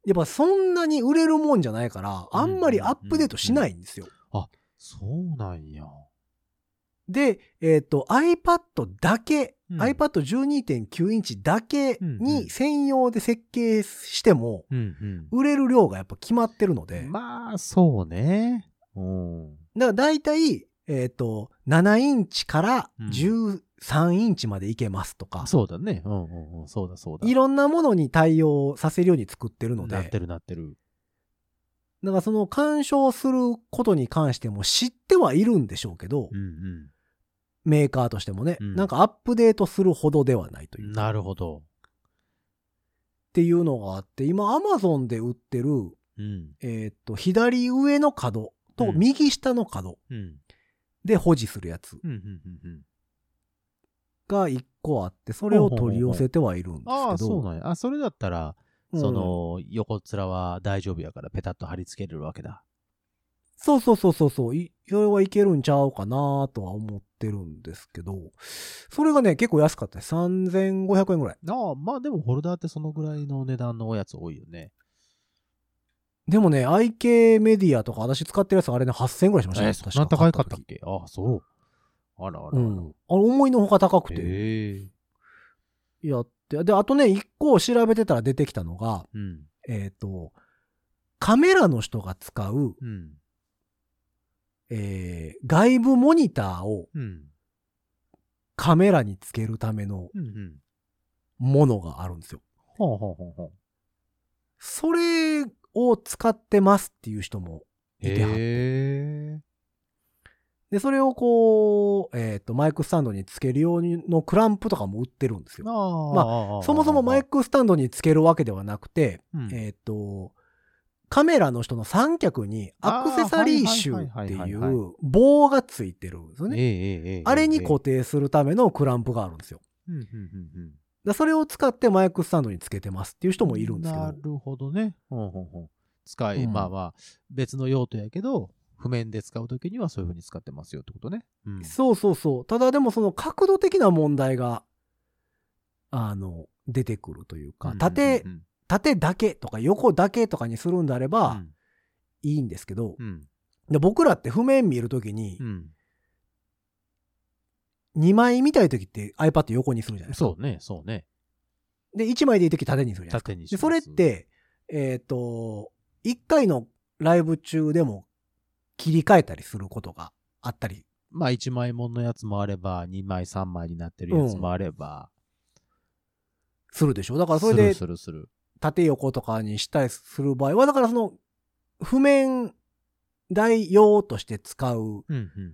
S2: やっぱそんなに売れるもんじゃないから、あんまりアップデートしないんですよ。
S3: そうなんや。
S2: で、えっ、と、iPad だけ、
S3: うん
S2: iPad12.9 インチだけ
S3: うんうん
S2: に専用で設計しても、
S3: うん
S2: 売れる量がやっぱ決まってるので、
S3: まあ、そうね。うん。
S2: だから大体、えっ、と、7インチから
S3: うん
S2: 13インチまでいけますとか、
S3: そうだね。うんうんうん。そうだそうだ。
S2: いろんなものに対応させるように作ってるので、
S3: なってるなってる。
S2: だからその干渉することに関しても知ってはいるんでしょうけど、
S3: うんうん。
S2: メーカーとしてもね、
S3: うん
S2: なんかアップデートするほどではないという、っ
S3: なるほど。
S2: ていうのがあって、今 Amazon で売ってる、
S3: うん。
S2: えっ、と、左上の角
S3: う
S2: と
S3: ん
S2: 右下の角
S3: うん。
S2: で保持するやつ
S3: うんうんうんうん。
S2: が1個あって、それを取り寄せてはいるんですけど、
S3: ああ、そうなんや。あ、それだったら、
S2: うん
S3: その、横面は大丈夫やから、ペタッと貼り付けれるわけだ。
S2: そうそうそうそうそう。いそれはいけるんちゃうかなとは思ってるんですけど、それがね、結構安かったです。3500円ぐらい。
S3: ああ、まあでも、ホルダーってそのぐらいの値段のおやつ多いよね。
S2: でもね、IK メディアとか私使ってるやつがあれね、8000円ぐらいしましたね。
S3: え、そんな高いかったっけああ、そう。あらあらあ
S2: う
S3: ら。
S2: ん。あれ思いのほか高くて。
S3: ええ
S2: やって。で、あとね、一個調べてたら出てきたのが、
S3: うん。
S2: えっ、と、カメラの人が使う、
S3: うん。
S2: えー外部モニターを
S3: うん。
S2: カメラにつけるための
S3: うん。うん。
S2: ものがあるんですよ。
S3: ほうほうほうほう。
S2: それを使ってますっていう人もいてはって
S3: ええ
S2: で、それをこう、えっ、と、マイクスタンドにつけるようのクランプとかも売ってるんですよ。
S3: あ
S2: ま
S3: あ
S2: そもそもマイ
S3: ク、
S2: クスタンドにつけるわけではなくて、
S3: うん
S2: えっ、と、カメラの人の三脚にアクセサリー集って
S3: あーはいはいはいいはいう
S2: 棒がついてるんですよ
S3: え
S2: ね。
S3: えええええ
S2: あれに固定するためのクランプがあるんですよ。
S3: うんうんうんうん
S2: だそれを使ってマイクスタンドにつけてますっていう人もいるんですけ
S3: な
S2: ど。
S3: るほどね。ほうほうほう使い、
S2: うん
S3: まあまあ、別の用途やけど、譜面で使うときにはそういうふうに使ってますよってことね。うん
S2: そうそうそう。ただでもその角度的な問題が、あの、出てくるというか、縦
S3: う、ん
S2: 縦だけとか横だけとかにするんであれ
S3: う
S2: ば
S3: ん
S2: いいんですけど、
S3: うん
S2: で僕らって譜面見るときに
S3: うんうん
S2: 2枚見たいときって iPad 横にするじゃないですか。
S3: そうね、そうね。
S2: で、1枚でいいとき縦にするじゃないですか。
S3: 縦にし
S2: で
S3: ます
S2: それっ、て、えっ、と、1回のライブ中でも切り替えたりすることがあったり。
S3: まあ1枚ものやつもあれば、2枚、3枚になってるやつもあれば、
S2: するでしょだからそ
S3: す
S2: れ
S3: る
S2: です
S3: るする。
S2: 縦横とかにしたりする場合は、だからその、譜面代用として使う
S3: うんうん
S2: っ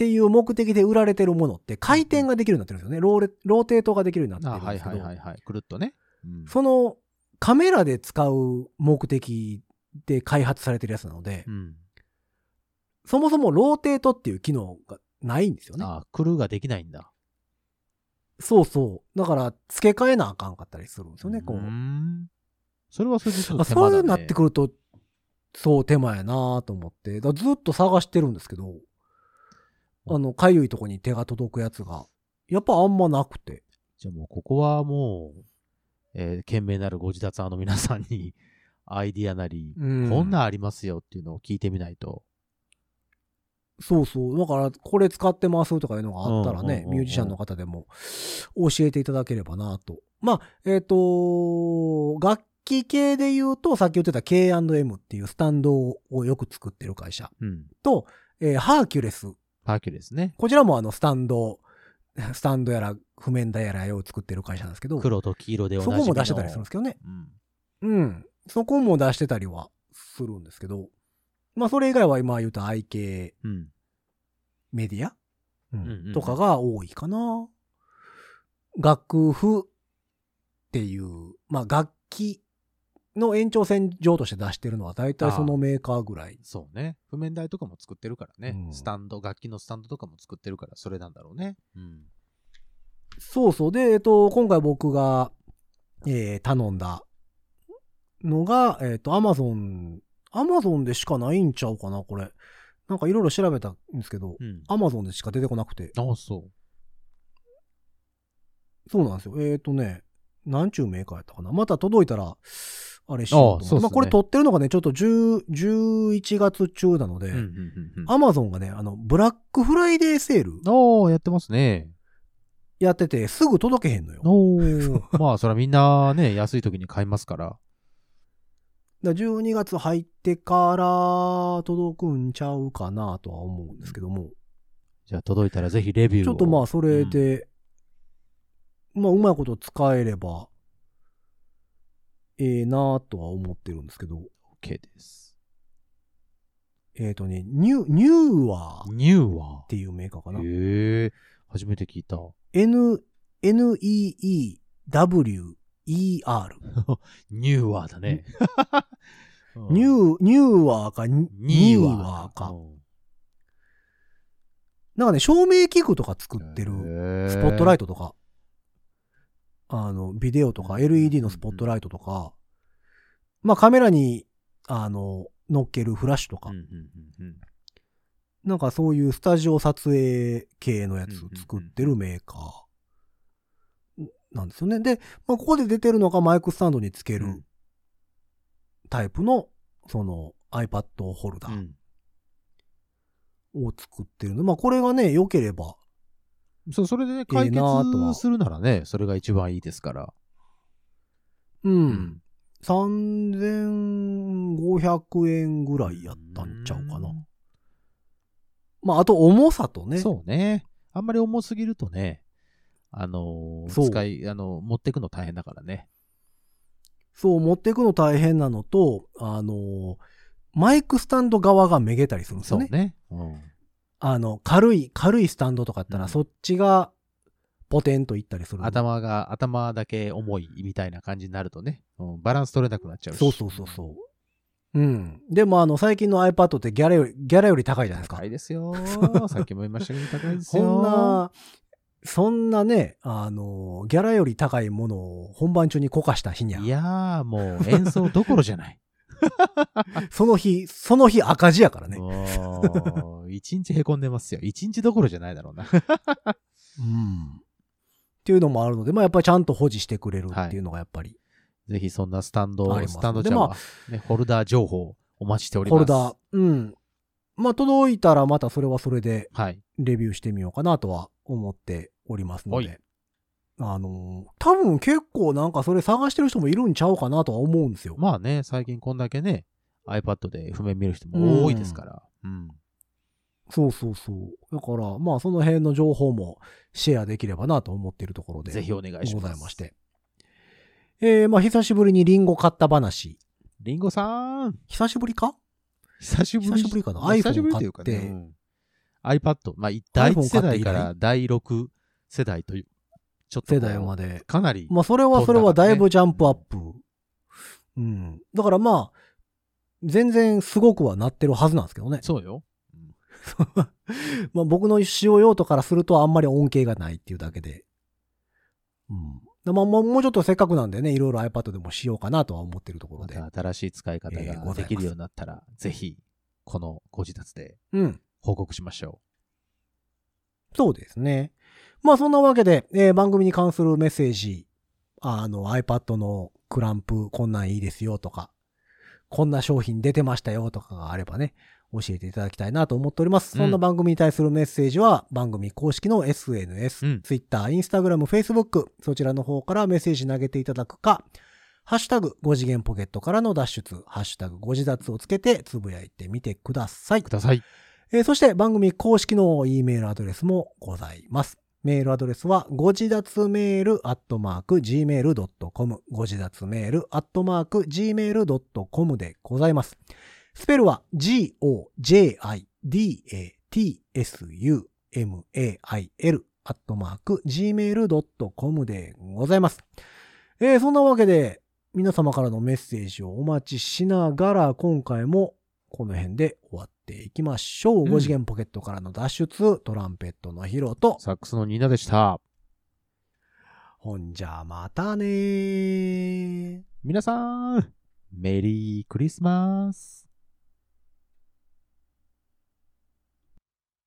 S2: ていう目的で売られてるものって回転ができるようになってるんですよね。ローレローテートができるようにな
S3: あ
S2: ってるん
S3: は
S2: で
S3: い
S2: すけ
S3: はいはい
S2: ど、
S3: はい。くるっとね。うん
S2: そのカメラで使う目的で開発されてるやつなので
S3: う、ん
S2: そもそもローテートっていう機能がないんですよね。
S3: あ、くるができないんだ。
S2: そうそう。だから、付け替えなあかんかったりするんですよね、こ
S3: う
S2: う。
S3: ん。それはそれでちょっ
S2: あ
S3: と手間
S2: そう
S3: だ、ね、
S2: なってくると、そう、手間やなと思って。だからずっと探してるんですけど、あの、かゆいとこに手が届くやつが、やっぱあんまなくて。
S3: じゃあもうここはもう、えー、懸命なるご自立派の皆さんに、 [LAUGHS] アイディアなり、
S2: うん
S3: こんなんありますよっていうのを聞いてみないと。
S2: そうそう。だから、これ使ってますとかいうのがあったら
S3: うんうん
S2: ね
S3: う、んうん
S2: ミュージシャンの方でも教えていただければなと。まあ、えっ、と、楽器系で言うと、さっき言ってた K&M っていうスタンドをよく作ってる会社
S3: うん。
S2: と、えーハーキュレス。
S3: パーキュですね。
S2: こちらもあの、スタンド、 [LAUGHS] スタンドやら、譜面台やらを作ってる会社なんですけど、
S3: 黒と黄色で同じ
S2: そこも出してたりするんですけどね。
S3: うん。
S2: うん。そこも出してたりはするんですけど、まあ、それ以外は今言うた IK
S3: うん。
S2: メディア、うん
S3: うんうん
S2: とかが多いかな。楽譜っていう、まあ、楽器の延長線上として出してるのは大体そのメーカーぐらい。
S3: そうね。譜面台とかも作ってるからね。
S2: うん
S3: スタンド、楽器のスタンドとかも作ってるから、それなんだろうね。うん。
S2: そうそう。で、えっと、今回僕が、えー頼んだのが、えっと、アマゾン、アマゾンでしかないんちゃうかな、これ。なんかいろいろ調べたんですけど、
S3: うん。
S2: アマゾンでしか出てこなくて。
S3: ああ、そう。
S2: そうなんですよ。えっ、とね、何ちゅうメーカーやったかな。また届いたら、あれしようと思って
S3: ああそうっすね
S2: まあこれ撮ってるのがね、ちょっと10 11月中なので、
S3: うんうんうんうん。
S2: アマゾンがね、あの、ブラックフライデーセール
S3: おー、やってますね。
S2: やってて、すぐ届けへんのよ。だか
S3: おー。 [LAUGHS] まあ、それはみんなね、安い時に買いますから。
S2: ら12月入ってから届くんちゃうかなとは思うんですけども、
S3: じゃあ、届いたらぜひレビューを。
S2: ちょっとまあ、それで、まあ、うまいこと使えれば、ええなとは思ってるんですけど、
S3: OK です。
S2: えっ、とね、ニュ、ニューワー。
S3: ニューは
S2: っ。ていうメーカーかな。
S3: へえ、初めて聞いた。
S2: N、N-E-E-W-E-R。
S3: ニューワーだ [LAUGHS] ね。
S2: ニ
S3: ー、
S2: ュー、ニューワーか、ニ
S3: ニ
S2: ニ
S3: ュ
S2: ー
S3: ー
S2: ワ
S3: ワ
S2: ー
S3: ー
S2: か
S3: か。。
S2: なんかね、照明器具とか作ってる、スポットライ
S3: ト。
S2: トとか、あの、ビデオとか LED のスポットライトとか、まあカメラに、あの、乗っけるフラッシュとか
S3: うん、うんうんうん
S2: なんかそういうスタジオ撮影系のやつ作ってるメーカーなんですよね。で、まあ、ここで出てるのがマイクスタンドにつけ
S3: う
S2: る
S3: ん
S2: タイプの、その iPad ホルダ
S3: う
S2: ー
S3: ん
S2: を作ってるの。まあ、これがね、良ければ、
S3: そう、それでね、解決
S2: なあとは
S3: するならね、それが一番いいですから。
S2: う、。
S3: うん
S2: 3500円ぐらいやったんちゃうかな。まあ、あと重さとね。
S3: そうね。あんまり重すぎるとね、あのー、
S2: そう
S3: 使い、あの、持ってくの大変だからね。
S2: そう、持っていくの大変なのと、あの、マイクスタンド側がめげたりするんです
S3: そ
S2: よ
S3: う
S2: ね。
S3: ね。うん
S2: あの、軽い、軽いスタンドとかやったら、
S3: うん
S2: そっちが、ポテンといったりする。。
S3: 頭が、頭だけ重いみたいな感じになるとね、うんバランス取れなくなっちゃうし。
S2: そうそうそうそう。うん。でも、あの、最近の iPad ってギャラより、ギャラより高いじゃないですか
S3: 高。いです [LAUGHS] よー。さっきも言いましたけど、高いですよー。
S2: そんな、そんなね、あの、ギャラより高いものを本番中にこかした日に
S3: い
S2: ゃ、
S3: やー、もう演奏どころじゃない。 [LAUGHS]
S2: その日、その日赤字やからね。
S3: もう、一日へこんでますよ。一日どころじゃないだろうな。
S2: うん。っていうのもあるので、まあやっぱりちゃんと保持してくれるっていうのがやっぱり、
S3: [LAUGHS] ぜひそんなスタンド
S2: ありま、す
S3: スタンドちゃん
S2: でま
S3: は、ね、ホルダー情報お待ちしておりま
S2: ホ
S3: す。
S2: ルダー。うん。まあ届いたらまたそれはそれで
S3: ー。はい。
S2: レビューしてみようかなとは思っておりますの
S3: は
S2: で。あのー多分結構なんかそれ探してる人もいるんちゃうかなとは思うんですよ。
S3: まあね、最近こんだけね、iPad で譜面見る人も多いですから。うん。
S2: そうそうそう。だから、まあその辺の情報もシェアできればなと思っているところで。
S3: ぜひお願いし
S2: ご
S3: ます。
S2: ざいまし。て。えー、まあ久しぶりにリンゴ買った話。
S3: リンゴさん、
S2: 久しぶりか
S3: 久しぶり。
S2: 久しぶりかな
S3: 久しぶりというか
S2: iPhone
S3: ね。
S2: 買って
S3: うん、iPad、まあ、第一
S2: iPhone 買
S3: 世代か
S2: って以
S3: ら第6世代という、ちょっとこ
S2: 世
S3: う
S2: 代まで。
S3: かなり、
S2: まあそれはそれはだいぶジャンプアップ。うん。だからまあ、全然すごくはなってるはずなんですけどね。
S3: そうよ。
S2: まあ僕の使用用途からするとあんまり恩恵がないっていうだけで。うん。でまあ、もうもうちょっとせっかくなんでね、いろいろ iPad でもしようかなとは思ってるところ
S3: ま
S2: で。
S3: た新しい使い方
S2: えーございま
S3: が
S2: す
S3: できるようになったら、ぜひ、このご自宅で
S2: うん。
S3: 報告しましょ
S2: そうですね。まあそんなわけで、えー番組に関するメッセージ、あの iPad のクランプこんなんいいですよとか、こんな商品出てましたよとかがあればね、教えていただきたいなと思っております。
S3: う
S2: そ
S3: ん
S2: んな番組に対するメッセージは番組公式の SNS、
S3: うん。
S2: Twitter、Instagram、Facebook、そちらの方からメッセージ投げていただくか、ハッシュタグ5次元ポケットからの脱出、ハッシュタグ5次脱をつけてつぶやいてみてくださいう
S3: く。ださい。
S2: えーそして番組公式の E メールアドレスもございます。メールアドレスは、ご自立メールアットマーク gmail.com、ご自立メールアットマーク gmail.com でございます。スペルは、g-o-j-i-d-a-t-s-u-m-a-i-l アットマーク gmail.com でございます。えーそんなわけで、皆様からのメッセージをお待ちしながら、今回もこの辺で終わっていきましょう。
S3: うん
S2: 5次元ポケットからの脱出、トランペットのヒロと、
S3: サックスのニーナでした。
S2: ほんじゃまたねー。
S3: 皆さん、メリークリスマス。